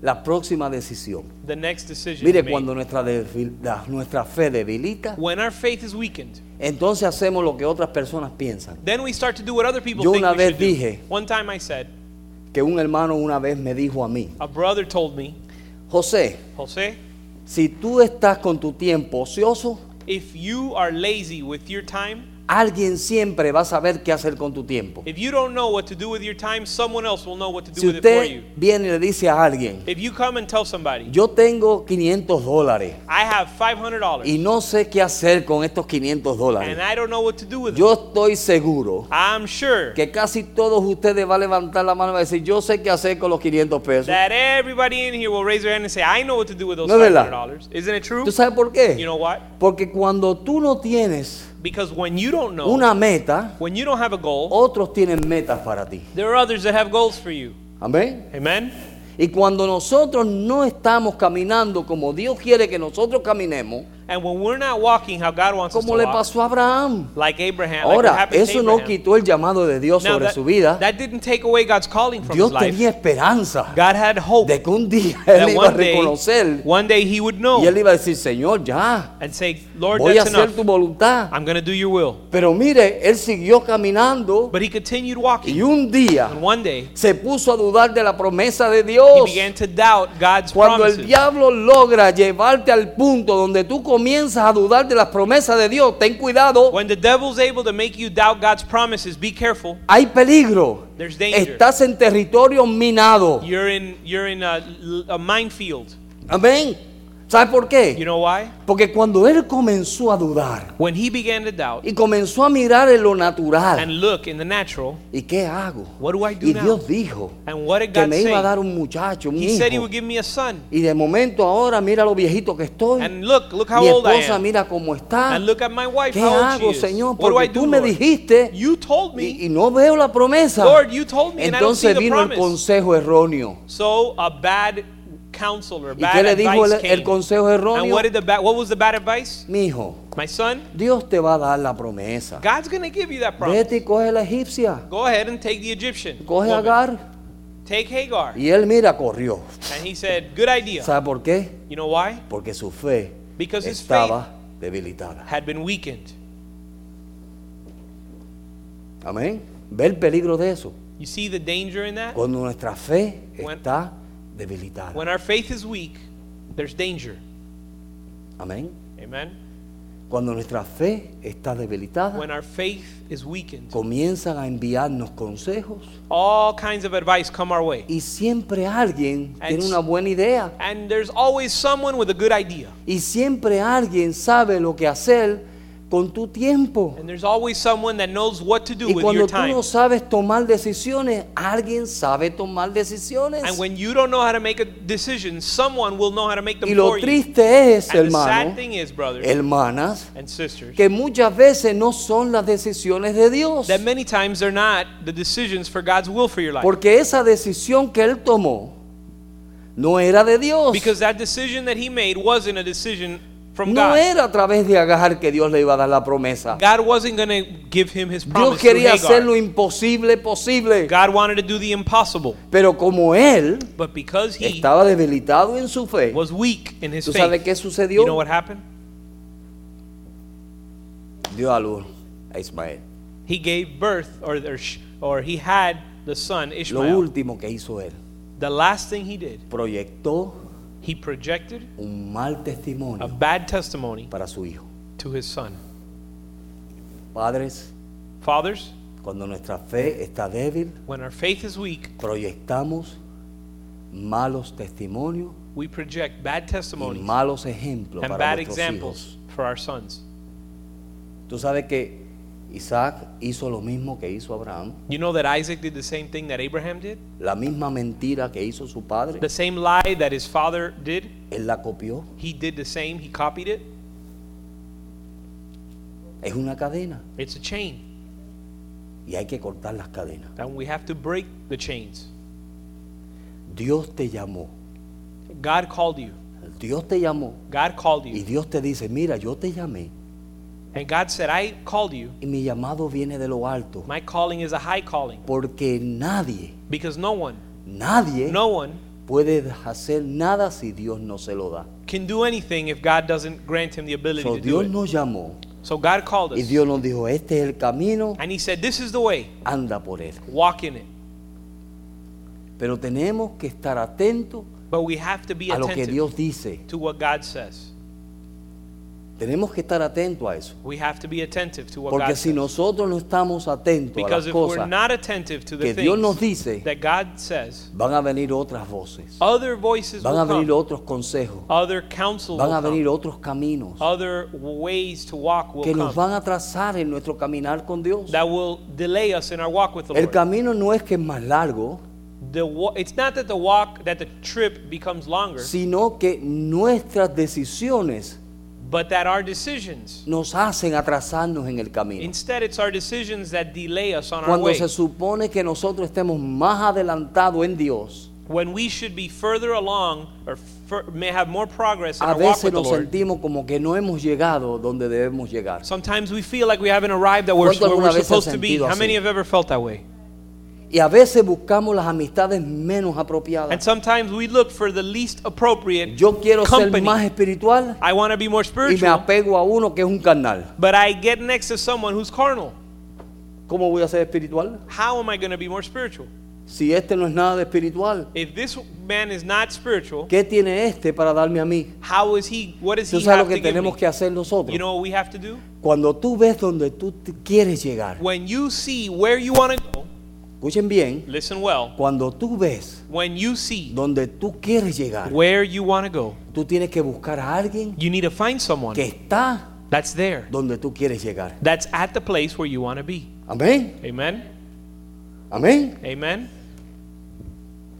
La próxima decisión. The next decision Mire, made. cuando nuestra, debil- la- nuestra fe debilita, when our faith is weakened, entonces hacemos lo que otras personas piensan. then we start to do what other people Yo think una we vez should do. dije- One time I said, Que un hermano una vez me dijo a mí, a brother told me, José, Jose, si tú estás con tu tiempo ocioso, if you are lazy with your time, alguien siempre va a saber qué hacer con tu tiempo. if you don't know what to do with your time, someone else will know what to do Si with it for you. usted viene y le dice a alguien, If you come and tell somebody, yo tengo 500 dólares I have $500 y no sé qué hacer con estos 500 and dólares, I don't know what to do with it, yo estoy seguro I'm sure que casi todos ustedes van a levantar la mano y van a decir, yo sé qué hacer con los 500 pesos. that everybody in here will raise their hand and say, I know what to do with those No es verdad. $500. Isn't it true? ¿Tú sabes por You qué? know what? Porque cuando tú no tienes Because when you don't know, una Oh. meta, when you don't have a goal, otros tienen metas para ti. there are others that have goals for you. Amén. Amen? Y cuando nosotros no estamos caminando como Dios quiere que nosotros caminemos, And when we're not walking how God wants us to como le walk, pasó a Abraham. like Abraham, like what Ahora, happened to eso no Abraham, quitó el llamado de Dios now sobre that, su vida. that didn't take away God's calling from Dios his life. tenía esperanza God had hope de que un día that él iba a one day, reconocer one day he would y know él iba a decir, Señor, ya, and say, Lord, voy a that's hacer enough. tu voluntad. I'm going to do your will. Pero mire, él siguió caminando But he continued y walking. un And día one day, se puso a dudar de la promesa de he Dios. began to doubt God's Cuando el promises. diablo logra llevarte al punto donde tú comienzas a dudar de las promesas de Dios, ten cuidado, When the devil's able to make you doubt God's promises, be careful. hay peligro. There's danger. Estás en territorio minado. You're in you're in a, a minefield. Amén. ¿Sabes por You qué? know why? Porque cuando él comenzó a dudar When he began to doubt y comenzó a mirar en lo natural, and look in the natural, ¿y qué hago? What do I do Y now? Dios dijo and what did que God me iba a say? dar un muchacho, un He said he hijo. would give me a son. Y de momento ahora mira lo viejito que estoy. And look, look how Mi old I esposa am. mira cómo está. And look at my wife, ¿Qué how old she hago, is. Señor? What do I Porque do? tú me Lord? dijiste You told me. y, y no veo la promesa. Lord, you told me and I don't see Entonces the vino el promise. consejo erróneo. So a bad counselor, ¿Y qué bad le dijo advice el, el came. consejo and erróneo? what did the ba- what was the bad advice? Mi hijo, My son, Dios te va a dar la promesa. God's gonna give you that promise. Vete y coge la egipcia. Go ahead and take the Egyptian. Coge a woman. Agar. Take Hagar. Y él mira, corrió. And he said, Good idea. ¿Sabe por qué? You know why? Porque su fe Because his faith estaba debilitada. had been weakened. Amén. Ve el peligro de eso. You see the danger in that? Cuando nuestra fe When- está debilitada. When our faith is weak, there's danger. Amén. Amen. Cuando nuestra fe está debilitada, When our faith is weakened, comienzan a enviarnos consejos all kinds of advice come our way. y siempre alguien And tiene s- una buena idea. And there's always someone with a good idea. Y siempre alguien sabe lo que hacer con tu tiempo. And there's always someone that knows what to do Y with your cuando tú time. no sabes tomar decisiones, alguien sabe tomar decisiones. And when you don't know how to make a decision, someone will know how to make them Y for lo you. triste es, And the sad hermano, thing is, brothers hermanas, and sisters, que muchas veces no son las decisiones de Dios. that many times they're not the decisions for God's will for your life. Porque esa decisión que él tomó no era de Dios. Because that decision that he made wasn't a decision from No God. era a través de Agar que Dios le iba a dar la promesa. God wasn't going to give him his Dios promise through quería hacer lo Hagar. imposible posible. God wanted to do the impossible. Pero como él But because he estaba debilitado en su fe, was weak in his ¿tú sabes faith, qué sucedió? you know what happened? Dio a luz a Ismael. He gave birth, or, or, sh- or he had the son Lo Ishmael. último que hizo él, The last thing he did, proyectó he projected un mal a testimonio bad testimony para su hijo. to his son. Padres, Fathers, cuando nuestra fe está débil, when our faith is weak, proyectamos malos testimonios we project bad y testimonies malos ejemplos and para bad nuestros examples hijos. for our sons. Tú sabes que Isaac hizo lo mismo que hizo Abraham, You know that Isaac did the same thing that Abraham did? la misma mentira que hizo su padre, The same lie that his father did, él la copió. he did the same, he copied it. Es una cadena It's a chain, y hay que cortar las cadenas. and we have to break the chains. Dios te llamó, God called you. Dios te llamó God called y you. Dios te dice, mira, yo te llamé And God said, I called you. y mi llamado viene de lo alto, My calling is a high calling porque nadie, because no one, nadie no one puede hacer nada si Dios no se lo da. can do anything if God doesn't grant him the ability So, to do Dios it. nos llamó So God called y us. Dios nos dijo, este es el camino, And he said, This is the way, anda por él. walk in it. Pero tenemos que estar atentos But we have to be a lo que attentive Dios dice. to what God says. Tenemos que estar atentos a eso. We have to be attentive to what Porque God si says. nosotros no estamos atentos a las Because if we're cosas not attentive to the que Dios nos things dice, that God says, van a venir otras voces, other voices van a will venir come, otros consejos, other counsel van a will venir come, otros caminos other ways to walk will que nos come van a trazar en nuestro caminar con Dios. that will delay us in our walk with the El Lord. camino no es que es más largo, The wa- it's not that the walk, that the trip becomes longer, sino que nuestras decisiones but that our decisions. nos hacen atrasarnos en el camino. Instead, it's our decisions that delay us on our Cuando way. se supone que nosotros estemos más adelantados en Dios, When we should be further along or fur- may have more progress in a our walk veces with the nos Lord. sentimos como que no hemos llegado donde debemos llegar. Sometimes we feel like we haven't arrived at where, ¿Cuánto where alguna we're vez has supposed to be. sentido How así? many have ever felt that way? Y a veces buscamos las amistades menos And apropiadas. sometimes we look for the least appropriate Yo quiero ser company. más espiritual I want to be more y me spiritual, apego a uno que es un carnal. but I get next to someone who's carnal. ¿Cómo voy a ser espiritual? How am I going to be more spiritual? Si este no es nada de espiritual, If this man is not spiritual, ¿qué tiene este para darme a mí? how is he? What does Tú he sabes have lo que to give me? tenemos que hacer nosotros. You know what we have to do? Cuando tú ves donde tú te quieres llegar, When you see where you want to go, escuchen bien, listen well. cuando tú ves When you see donde tú quieres llegar, where you want to go, tú tienes que buscar a alguien you need to find someone que está that's there, donde tú quieres llegar. that's at the place where you want to be. Amén, Amen. amén. Amen.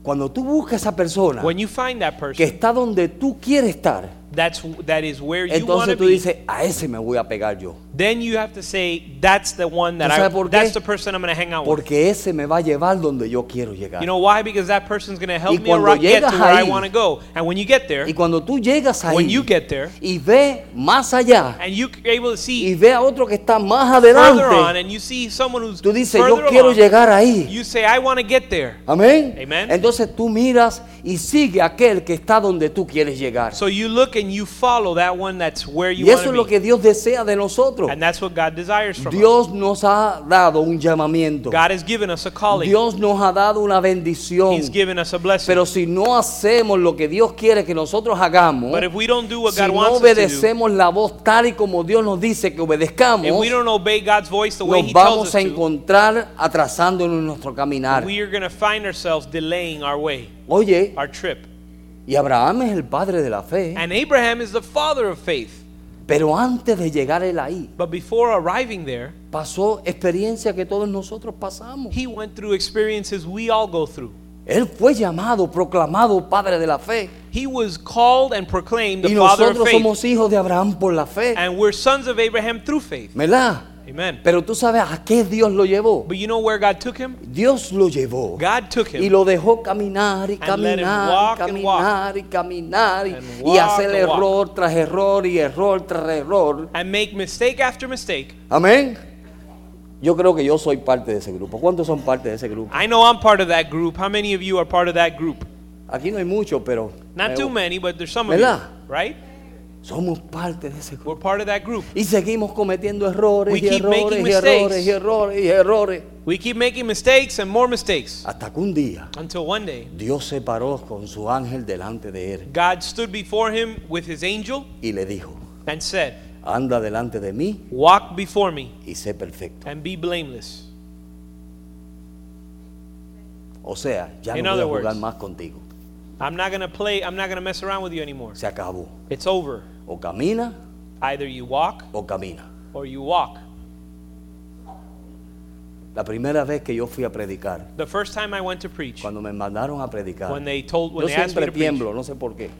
Cuando tú buscas a esa persona When you find that que person, está donde tú quieres estar, that's that is where you want entonces to tú be. dices, a ese me voy a pegar yo. Then you have to say that's the one that ¿Tú I sabes por that's qué? the person I'm going to hang out with. Porque ese me va a llevar donde yo quiero llegar. You know why? Because that person's going to help Y me cuando arri- get to llegas where I ahí- want to go. And when you get there, y cuando tú llegas when ahí you get there, y ves más allá and you're able to see y ves a otro que está más further on adelante, and you see someone who's tú dices, further yo quiero along, llegar ahí. you say, I want to get there. Amén. Amen. Entonces tú miras y sigue aquel que está donde tú quieres llegar. So you look and you follow that one that's where you y want eso to es be. lo que Dios desea de nosotros. And that's what God desires from us. Dios nos ha dado un llamamiento. God has given us a calling. Dios nos ha dado una bendición. He's given us a blessing. Pero si no hacemos lo que Dios quiere que nosotros hagamos, but if we don't do what si God no wants us to do, obedecemos la voz tal y como Dios nos dice que obedezcamos, if we don't obey God's voice the way nos He tells vamos a us to, encontrar atrasándonos en nuestro caminar. we are going to find ourselves delaying our way, Oye, our trip. y Abraham es el padre de la fe, And Abraham is the father of faith. pero antes de llegar él ahí, But before arriving there, pasó experiencia que todos nosotros pasamos. he went through experiences we all go through. Él fue llamado, proclamado padre de la fe. He was called and proclaimed Y the father of nosotros faith. somos hijos de Abraham por la fe. And we're sons of Abraham through faith. ¿Verdad? Amen. Pero tú sabes a qué Dios lo llevó. But you know where God took him? Dios lo llevó. God took Y him lo dejó caminar y And let him caminar, walk y and walk. caminar y caminar y, And y walk hacer and walk. error tras error y error tras error. and make mistake after mistake. Amén. Yo creo que yo soy parte de ese grupo. ¿Cuántos son parte de ese grupo? I know I'm part of that group. How many of you are part of that group? Aquí no hay muchos, pero Not me- too many, but there's some of Eh, ¿Verdad? you, right? somos parte de ese grupo. We're part of that group. Y seguimos cometiendo errores We y keep errores making y errores mistakes. y errores y errores. We keep making mistakes and more mistakes Hasta que un día until one day Dios se paró con su ángel delante de él God stood before him with his angel y le dijo, and said, anda delante de mí "Walk before me y sé perfecto. and be blameless." O sea, ya In no voy a other jugar words. más contigo. I'm not going to play, I'm not going to mess around with you anymore. Se acabó. It's over. O camina Either you walk o camina. or you walk. La primera vez que yo fui a predicar, The first time I went to preach, cuando me mandaron a predicar, when they told yo when they asked me siempre to preach, ¿Mm? tiemblo, no sé por qué.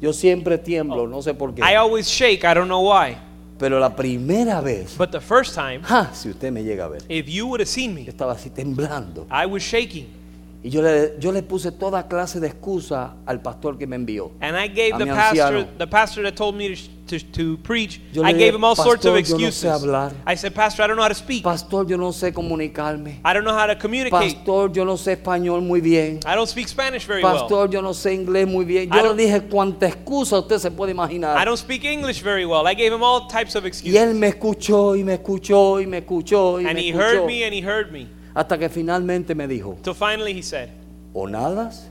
Yo siempre tiemblo, no sé por qué. Oh. I always shake, I don't know why. Pero la primera vez, But the first time, ¡ja! si usted me llega a ver, if you would have seen yo me, estaba así temblando. I was shaking. Y yo le, yo le puse toda clase de excusa al pastor que me envió. And I gave A the mi pastor, anciano. the pastor that told me to, sh- to, to preach, Yo I le gave dije, him all sorts of "Pastor, yo no sé excuses. hablar. I said, Pastor, I don't know how to speak. Pastor, yo no sé comunicarme. I don't know how to communicate. Pastor, yo no sé español muy bien. I don't speak Spanish very well. Pastor, yo no sé inglés muy bien. I Yo don't- le dije cuánta excusa usted se puede I imaginar. don't speak English very well. I gave him all types of Y excuses. él me escuchó y me escuchó y me escuchó y And me he escuchó. heard me and he heard me. Hasta que finalmente me dijo, Till finally he said, o nadas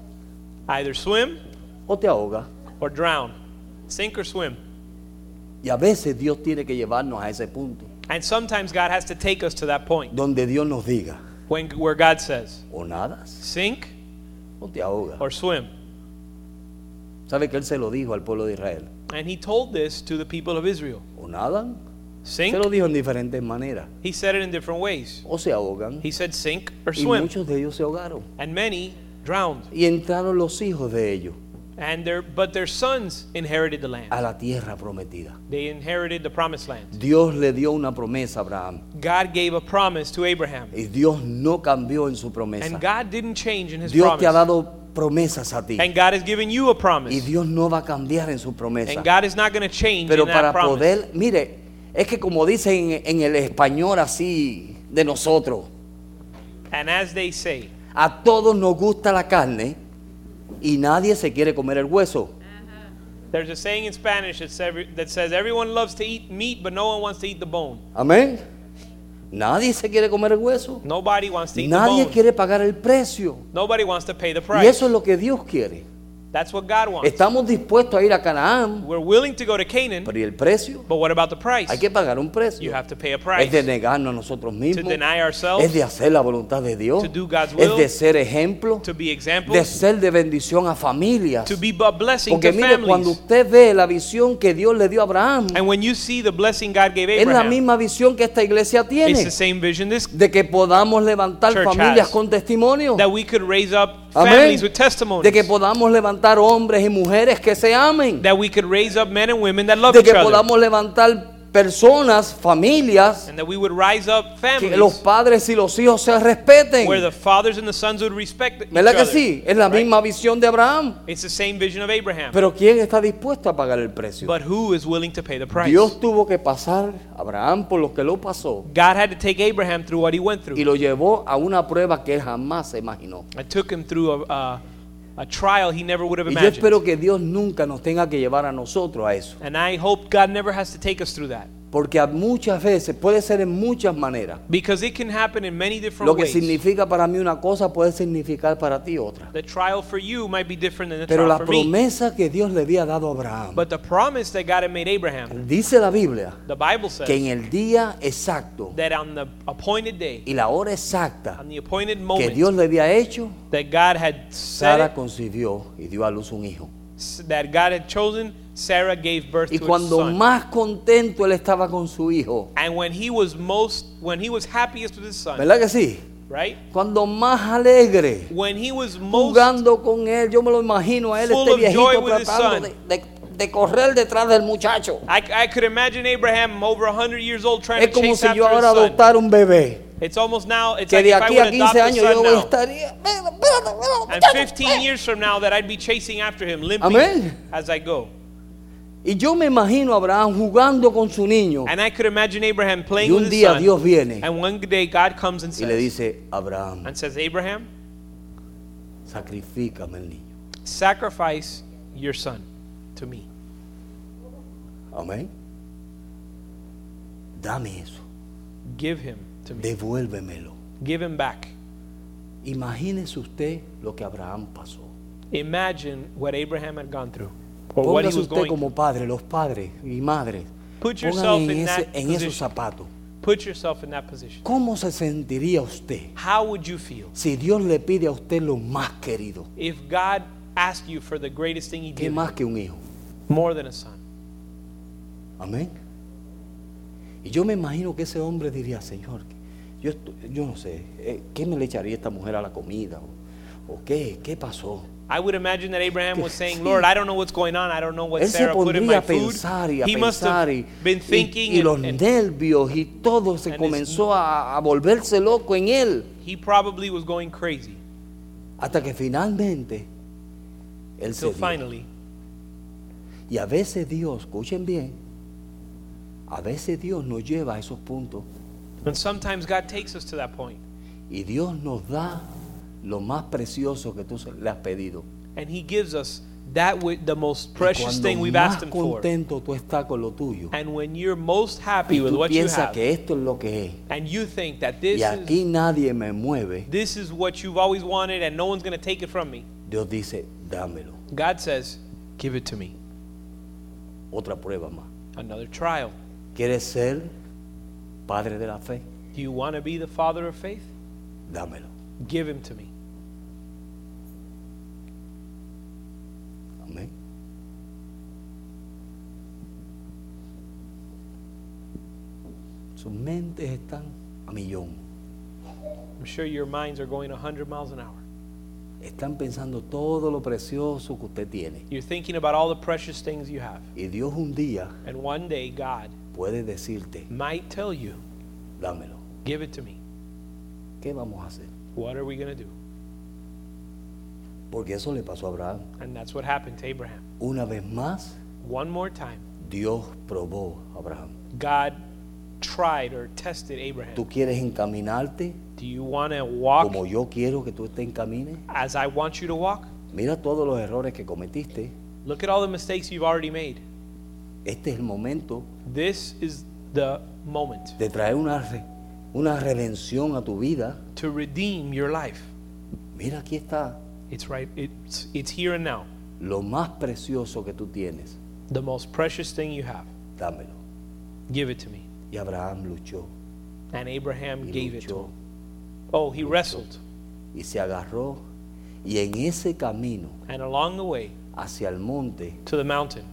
either swim o te ahogas. or drown. Sink or swim. Y a veces Dios tiene que llevarnos a ese punto And sometimes God has to take us to that point donde Dios nos diga, when, where God says, o nadas sink o te ahogas. or swim. ¿Sabe que Él se lo dijo al pueblo de Israel? And he told this to the people of Israel. O nadan. Se Sink, lo dijo en diferentes maneras. he said it in different ways. O se ahogan. He said, sink or Y swim. muchos de ellos se ahogaron. And many drowned. Y entraron los hijos de ellos And their, but their sons inherited the land. a la tierra prometida. They inherited the promised land. Dios le dio una promesa a Abraham. God gave a promise to Abraham. Y Dios no cambió en su promesa. And God didn't change in his Dios te ha promise. dado promesas a ti. And God has given you a Y promise. Dios no va a cambiar en su promesa. And God is not going to change Pero in that para promise. poder, mire, es que como dicen en, en el español así de nosotros, And as they say, a todos nos gusta la carne y nadie se quiere comer el hueso. there's a saying in Spanish that's every, that says, Everyone loves to eat meat, but no one wants to eat the bone. Amén. Nadie se quiere comer el hueso. Nobody wants to eat Nadie the bone. quiere pagar el precio. Nobody wants to pay the Y price. eso es lo que Dios quiere. That's what God wants. Estamos dispuestos a ir a Canaán, We're willing to go to Canaan, pero ¿y el precio? but what about the price? Hay que pagar un You precio. have to pay a Es de price. negarnos a nosotros to mismos. deny ourselves, Es de hacer la voluntad de Dios. to do God's Es de will, ser ejemplo. to be examples, De ser de bendición a familias. to be a blessing Porque to mire, cuando families. usted ve la visión que Dios le dio a Abraham, And when you see the blessing God gave es la Abraham, misma visión que esta iglesia it's tiene. the same vision this De que podamos levantar Church familias has. con testimonio. that we could raise up Amén. families with testimonies, Oh. De que podamos levantar hombres y mujeres que se amen. that we could raise up men and women that love De each que other, podamos levantar personas, familias, and that we would rise up que los families padres y los hijos se respeten. where the fathers and the sons would respect each ¿Verdad other. que sí? Es la Right? misma visión de Abraham. It's the same vision of Abraham. Pero ¿quién está dispuesto a pagar el precio? But who is willing to pay the price? Dios tuvo que pasar a Abraham por lo que lo pasó God had to take Abraham through what he went y through. lo llevó a una prueba que él jamás se imaginó. I took him through a, a, a a trial he never would have Y yo espero imagined. que Dios nunca nos tenga que llevar a nosotros a eso. And I hope God never has to take us through that. Porque a muchas veces, puede ser en muchas maneras. Because it can happen in many different Lo que ways. significa para mí una cosa puede significar para ti otra. The trial for you might be different than the Pero trial la for me. promesa que Dios le había dado a Abraham, But the promise that God had made Abraham, dice la Biblia, the Bible says que en el día exacto that on the appointed day, y la hora exacta on the appointed que moment Dios le había hecho, that God had said Sara concibió y dio a luz un hijo. that God had chosen, Sarah gave birth Y to his cuando son. más contento él estaba con su hijo, and when he was most when he was happiest with his son, ¿verdad que sí? right? Cuando más alegre, When he was most jugando con él, yo me lo imagino a él, Full este of joy viejito with his tratando de, son. de- de correr detrás del muchacho. I, I could imagine Abraham over 100 years old trying Es to como chase si after yo ahora his son. adoptara un bebé. It's almost now, it's Que like de if I aquí would a 15 adopt años a son yo now. estaría. "Mira, espérate, mira, And muchacho, 15 eh". years from now that I'd be chasing after him, limping Amén. as I go. Y yo me imagino a Abraham jugando con su niño. And I could imagine Abraham playing Y un with his día son. Dios viene. And one day God comes and Y says, le dice, Abraham, and says, Abraham, sacrifícame el niño. sacrifice your son to me. Amén. Dame eso. Give him to me. Devuélvemelo. Give him back. Imagínese usted lo que Abraham pasó. Imagine what Abraham had gone through or what he Póngase was usted going through. como padre, los padres y madres. Put Póngase yourself en, in ese- that en esos position. zapatos. Put yourself in that position. ¿Cómo se sentiría usted How would you feel si Dios le pide a usted lo más querido? if God asked you for the greatest thing he ¿Qué did, más que un hijo? more than a son? Amén. Y yo me imagino que ese hombre diría, Señor, yo, estu- yo no sé, eh, ¿qué me le echaría esta mujer a la comida? ¿O, o qué? ¿Qué pasó? I would imagine that Abraham was saying, Sí. Lord, I don't know what's going on. I don't know what Él se Pues Sarah put in pondría my a food. pensar y a he must pensar have y, been y- thinking y los and, and nervios y todo se and his- comenzó a, a volverse loco en él. he probably was going crazy. Hasta que finalmente él se dio. Until finally, Y a veces Dios, escuchen bien, a veces Dios nos lleva a esos puntos and sometimes God takes us to that point. y Dios nos da lo más precioso que tú se- le has pedido. And he gives us that with the most Y precious thing cuando we've más asked him for. contento tú estás con lo tuyo And when you're most happy y with tú what you piensas have, que esto es lo que es and you think that this y is aquí nadie me mueve, this is what you've always wanted and no one's going to take it from me. Dios dice, dámelo. God says, give it to me. Otra prueba más. Another trial. ¿Quieres ser padre de la fe? Do you want to be the father of faith? Dámelo. Give him to me. Amén. Sus mentes están a millón. I'm sure your minds are going 100 miles an hour. Están pensando todo lo precioso que usted tiene. You're thinking about all the precious things you have. Y Dios un día And one day God puede decirte, might tell you, dámelo. give it to me. ¿Qué vamos a hacer? What are we going to do? Porque eso le pasó a Abraham. And that's what happened to Abraham. Una vez más, One more time, Dios probó a Abraham. God tried or tested Abraham. ¿Tú quieres encaminarte Do you want to walk como yo quiero que tú te encamines? as I want you to walk? Mira todos los errores que cometiste. Look at all the mistakes you've already made. Este es el momento This is the moment de traer una, re- una redención a tu vida. to redeem your life. Mira, aquí está It's right. It's it's here and now. lo más precioso que tú tienes. The most precious thing you have. Dámelo. Give it to me. Y Abraham luchó And Abraham y gave it to luchó him. Oh, he wrestled. y se agarró. Y en ese camino And along the way hacia el monte, to the mountain,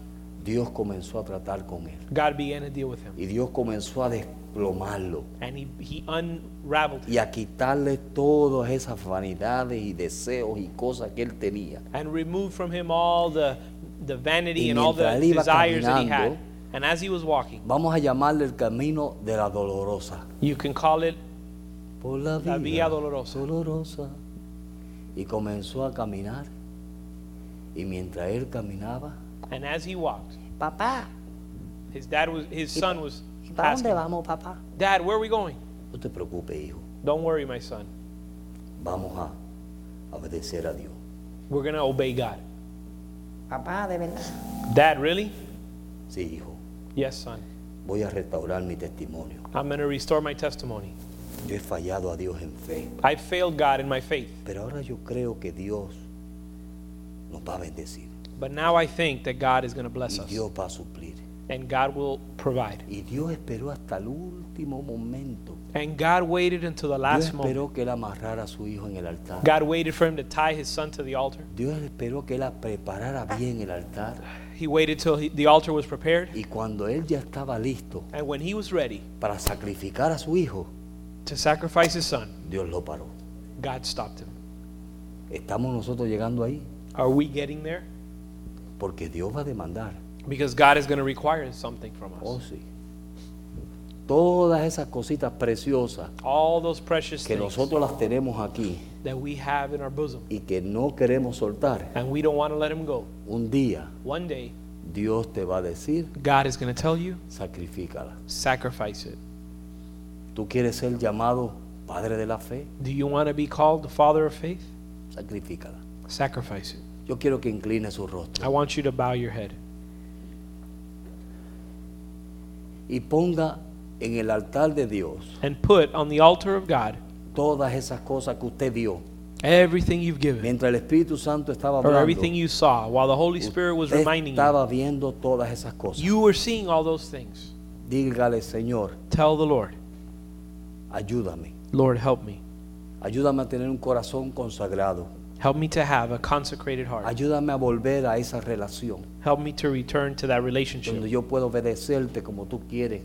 Dios comenzó a tratar con él. God began to deal with him. Y Dios comenzó a desplomarlo And he, he unraveled him y a quitarle todas esas vanidades y deseos y cosas que él tenía. and removed from him all the, the vanity Y and all mientras the él iba desires that he caminando, had. And as he was walking, Vamos a llamarle el camino de la dolorosa. you can call it Por la, La vía dolorosa. dolorosa. Y comenzó a caminar. Y mientras él caminaba, And as he walked, papá, his dad was his son was ¿para dónde asking, vamos, papá? Dad, where are we going? No te preocupes, hijo. Don't worry, my son. Vamos a obedecer a Dios. we're going to obey God. Papá, de verdad. Dad, really? Sí, hijo, Yes, son. voy a restaurar mi testimonio. I'm going to restore my testimony. Yo he fallado a Dios en fe, I failed God in my faith, pero ahora yo creo que Dios nos va a bendecir. but now I think that God is going to bless Y us Dios va a suplir. and God will provide. Y Dios esperó hasta el último momento. And God waited until the Dios last moment. esperó que él amarrara a su hijo en el altar. God waited for him to tie his son to the altar. Dios esperó que él preparara bien el altar. He waited till he, the altar was prepared. Y cuando él ya estaba listo And when he was ready para sacrificar a su hijo, to sacrifice his son, Dios lo paró. God stopped him. Estamos nosotros llegando ahí Are we getting there? porque Dios va a demandar. Because God is going to require something from Oh, us. sí. Todas esas cositas preciosas All those precious que things nosotros las tenemos aquí that we have in our bosom, y que no queremos soltar, and we don't want to let him go. un día One day, Dios te va a decir, God is going to tell you, sacrifícala. sacrifice it. ¿Tú quieres ser llamado padre de la fe? Do you want to be called the father of faith? Sacrifícala. Sacrifice it. Yo quiero que incline su I rostro want you to bow your head y ponga en el altar de Dios and put on the altar of God todas esas cosas que usted vio everything you've given mientras el Espíritu Santo estaba or hablando. everything you saw while the Holy Spirit was Usted reminding you. estaba viendo todas esas cosas. You were seeing all those things. Dígale, Señor, Tell the Lord, ayúdame. Lord, help me. Ayúdame a tener un corazón consagrado. Help me to have a consecrated heart. Ayúdame a volver a esa relación Help me to return to that donde relationship yo puedo obedecerte como tú quieres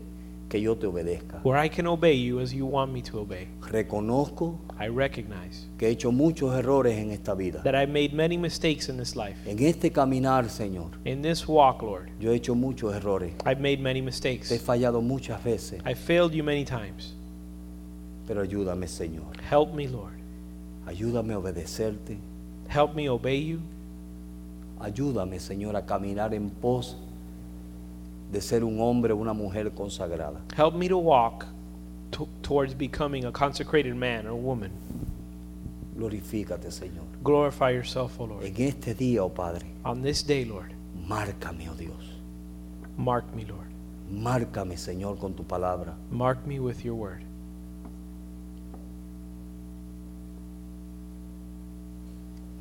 que yo te obedezca. where I can obey you as you want me to obey. Reconozco I recognize que he hecho muchos errores en esta vida. that I made many mistakes in this life. En este caminar, Señor, In this walk, Lord, yo he hecho muchos errores. I've made many mistakes. Te he fallado muchas veces, I failed you many times. pero ayúdame, Señor. Help me, Lord. Ayúdame a obedecerte. Help me obey you. Ayúdame, Señor, a caminar en pos de ser un hombre o una mujer consagrada. Help me to walk to- towards becoming a consecrated man or woman. Glorifícate, Señor. Glorify yourself, O Lord. En este día, oh Padre, On this day, Lord, márcame, oh Dios. mark me, Lord. Márcame, Señor, con tu palabra. Mark me with your word.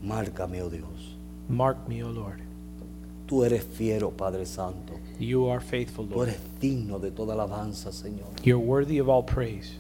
Márcame, oh Dios. Mark me, O Lord. Tú eres fiero, Padre Santo. You are faithful, Tú Lord. eres digno de toda alabanza, Señor. You're worthy of all praise.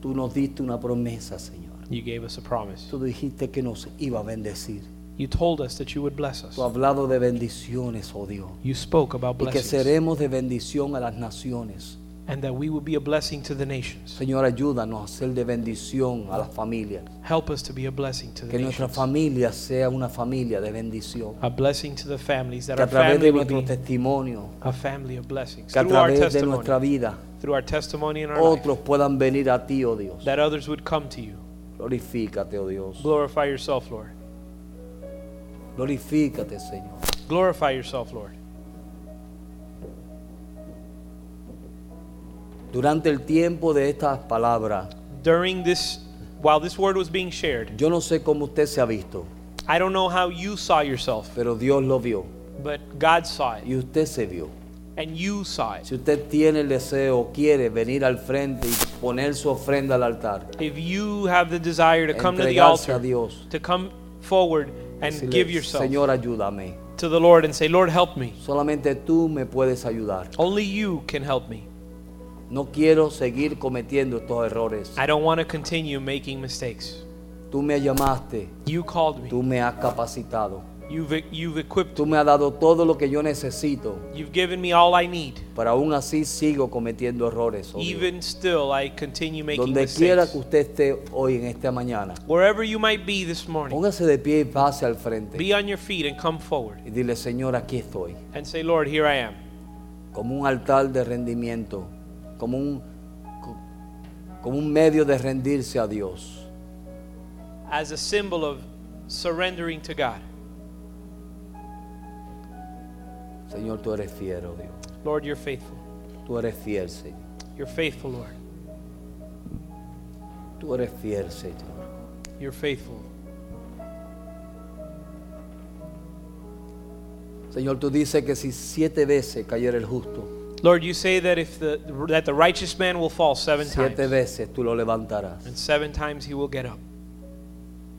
Tú nos diste una promesa, Señor. You gave us a promise. Tú dijiste que nos iba a bendecir. You told us that you would bless us. Tú has hablado de bendiciones, oh Dios. You spoke about Y que blessings seremos de bendición a las naciones. and that we would be a blessing to the nations. Señor, ayúdanos a ser de bendición a las familias. Help us to be a blessing to the Que nuestra nations. familia sea una familia de bendición. A blessing to the families that Que our a través family de would nuestro be testimonio, a family of blessings que a through our través de testimony. nuestra Oh, vida, through our testimony and our life, otros puedan venir a ti, oh Dios. that others would come to you. Glorifícate, oh Dios. Glorify yourself, Lord. Glorifícate, Señor. Glorify yourself, Lord. Durante el tiempo de estas palabras, During this, while this word was being shared, yo no sé cómo usted se ha visto, I don't know how you saw yourself, pero Dios lo vio but God saw it, y usted se vio. and you saw it. Si usted tiene el deseo, quiere venir al frente y poner su ofrenda al altar, If you have the desire to come to the entregarse a altar, Dios, to come forward and give decirle, yourself Señor, ayúdame. to the Lord and say, Lord, help me. Solamente tú me puedes ayudar. Only you can help me. No quiero seguir cometiendo estos errores. I don't want to continue making mistakes. Tú me llamaste, You called me. tú me has capacitado, You've, e, you've equipped tú me has dado todo lo que yo necesito, You've given me all I need. pero aún así sigo cometiendo errores. oh Dios. Even still, I continue making Donde quiera mistakes. que usted esté hoy en esta mañana, Wherever you might be this morning, póngase de pie y pase al frente be on your feet and come forward y dile, Señor, aquí estoy, and say, Lord, here I am. como un altar de rendimiento, como un, como un medio de rendirse a Dios. As a symbol of surrendering to God. Señor, tú eres fiel, oh Dios. Lord, you're faithful. Tú eres fiel, Señor. You're faithful, Lord. Tú eres fiel, Señor. You're faithful. Señor, tú dices que si siete veces cayera el justo, Lord, you say that if the that the righteous man will fall seven siete times, veces tú lo levantarás. and seven times he will get up.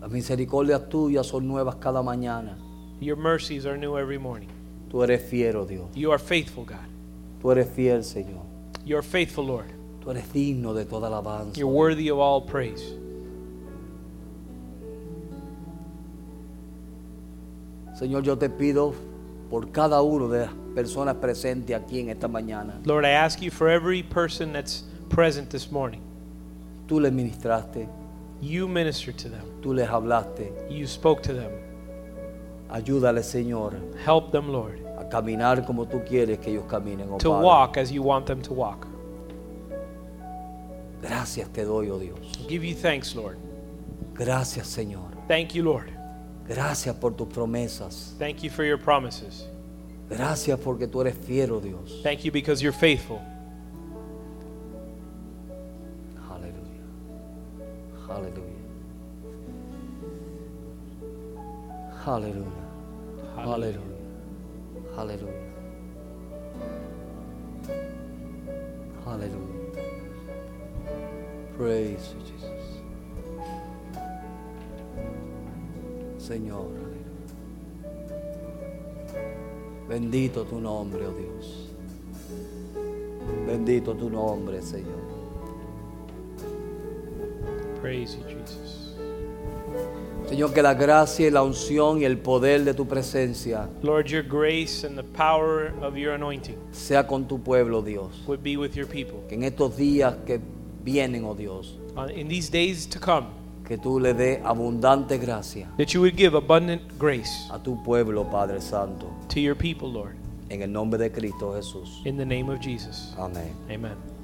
Las misericordias tuyas son nuevas cada mañana. Your mercies are new every morning. Tú eres fiero, Dios. You are faithful, God. Tú eres fiel, Señor. You are faithful, Lord. Tú eres digno de toda alabanza. You're worthy of all praise. Señor, yo te pido por cada uno de las personas presentes aquí en esta mañana. Lord, I ask you for every person that's present this morning. Tú les ministraste, You ministered to them. tú les hablaste. You spoke to them. Ayúdale, Señor, Help them, Lord, a caminar como tú quieres que ellos caminen. Oh, to Padre. walk as you want them to walk. Gracias te doy, oh Dios. Give you thanks, Lord. Gracias, Señor. Thank you, Lord. Gracias por tus promesas. Thank you for your promises. Gracias porque tú eres fiero, Dios. Thank you because you're faithful. Aleluya. Aleluya. Aleluya. Aleluya. Aleluya. Aleluya. Praise you, Jesus. Señor, aleluya. Bendito tu nombre, oh Dios. Bendito tu nombre, Señor. Praise you, Jesus. Señor, que la gracia y la unción y el poder de tu presencia Lord, your grace and the power of your anointing sea con tu pueblo, Dios. would be with your people. Que en estos días que vienen, oh Dios, Uh, In these days to come, que tú le des abundante gracia that you would give abundant grace a tu pueblo, Padre Santo. to your people, Lord, En el nombre de Cristo Jesús. in the name of Jesus. Amén. Amen.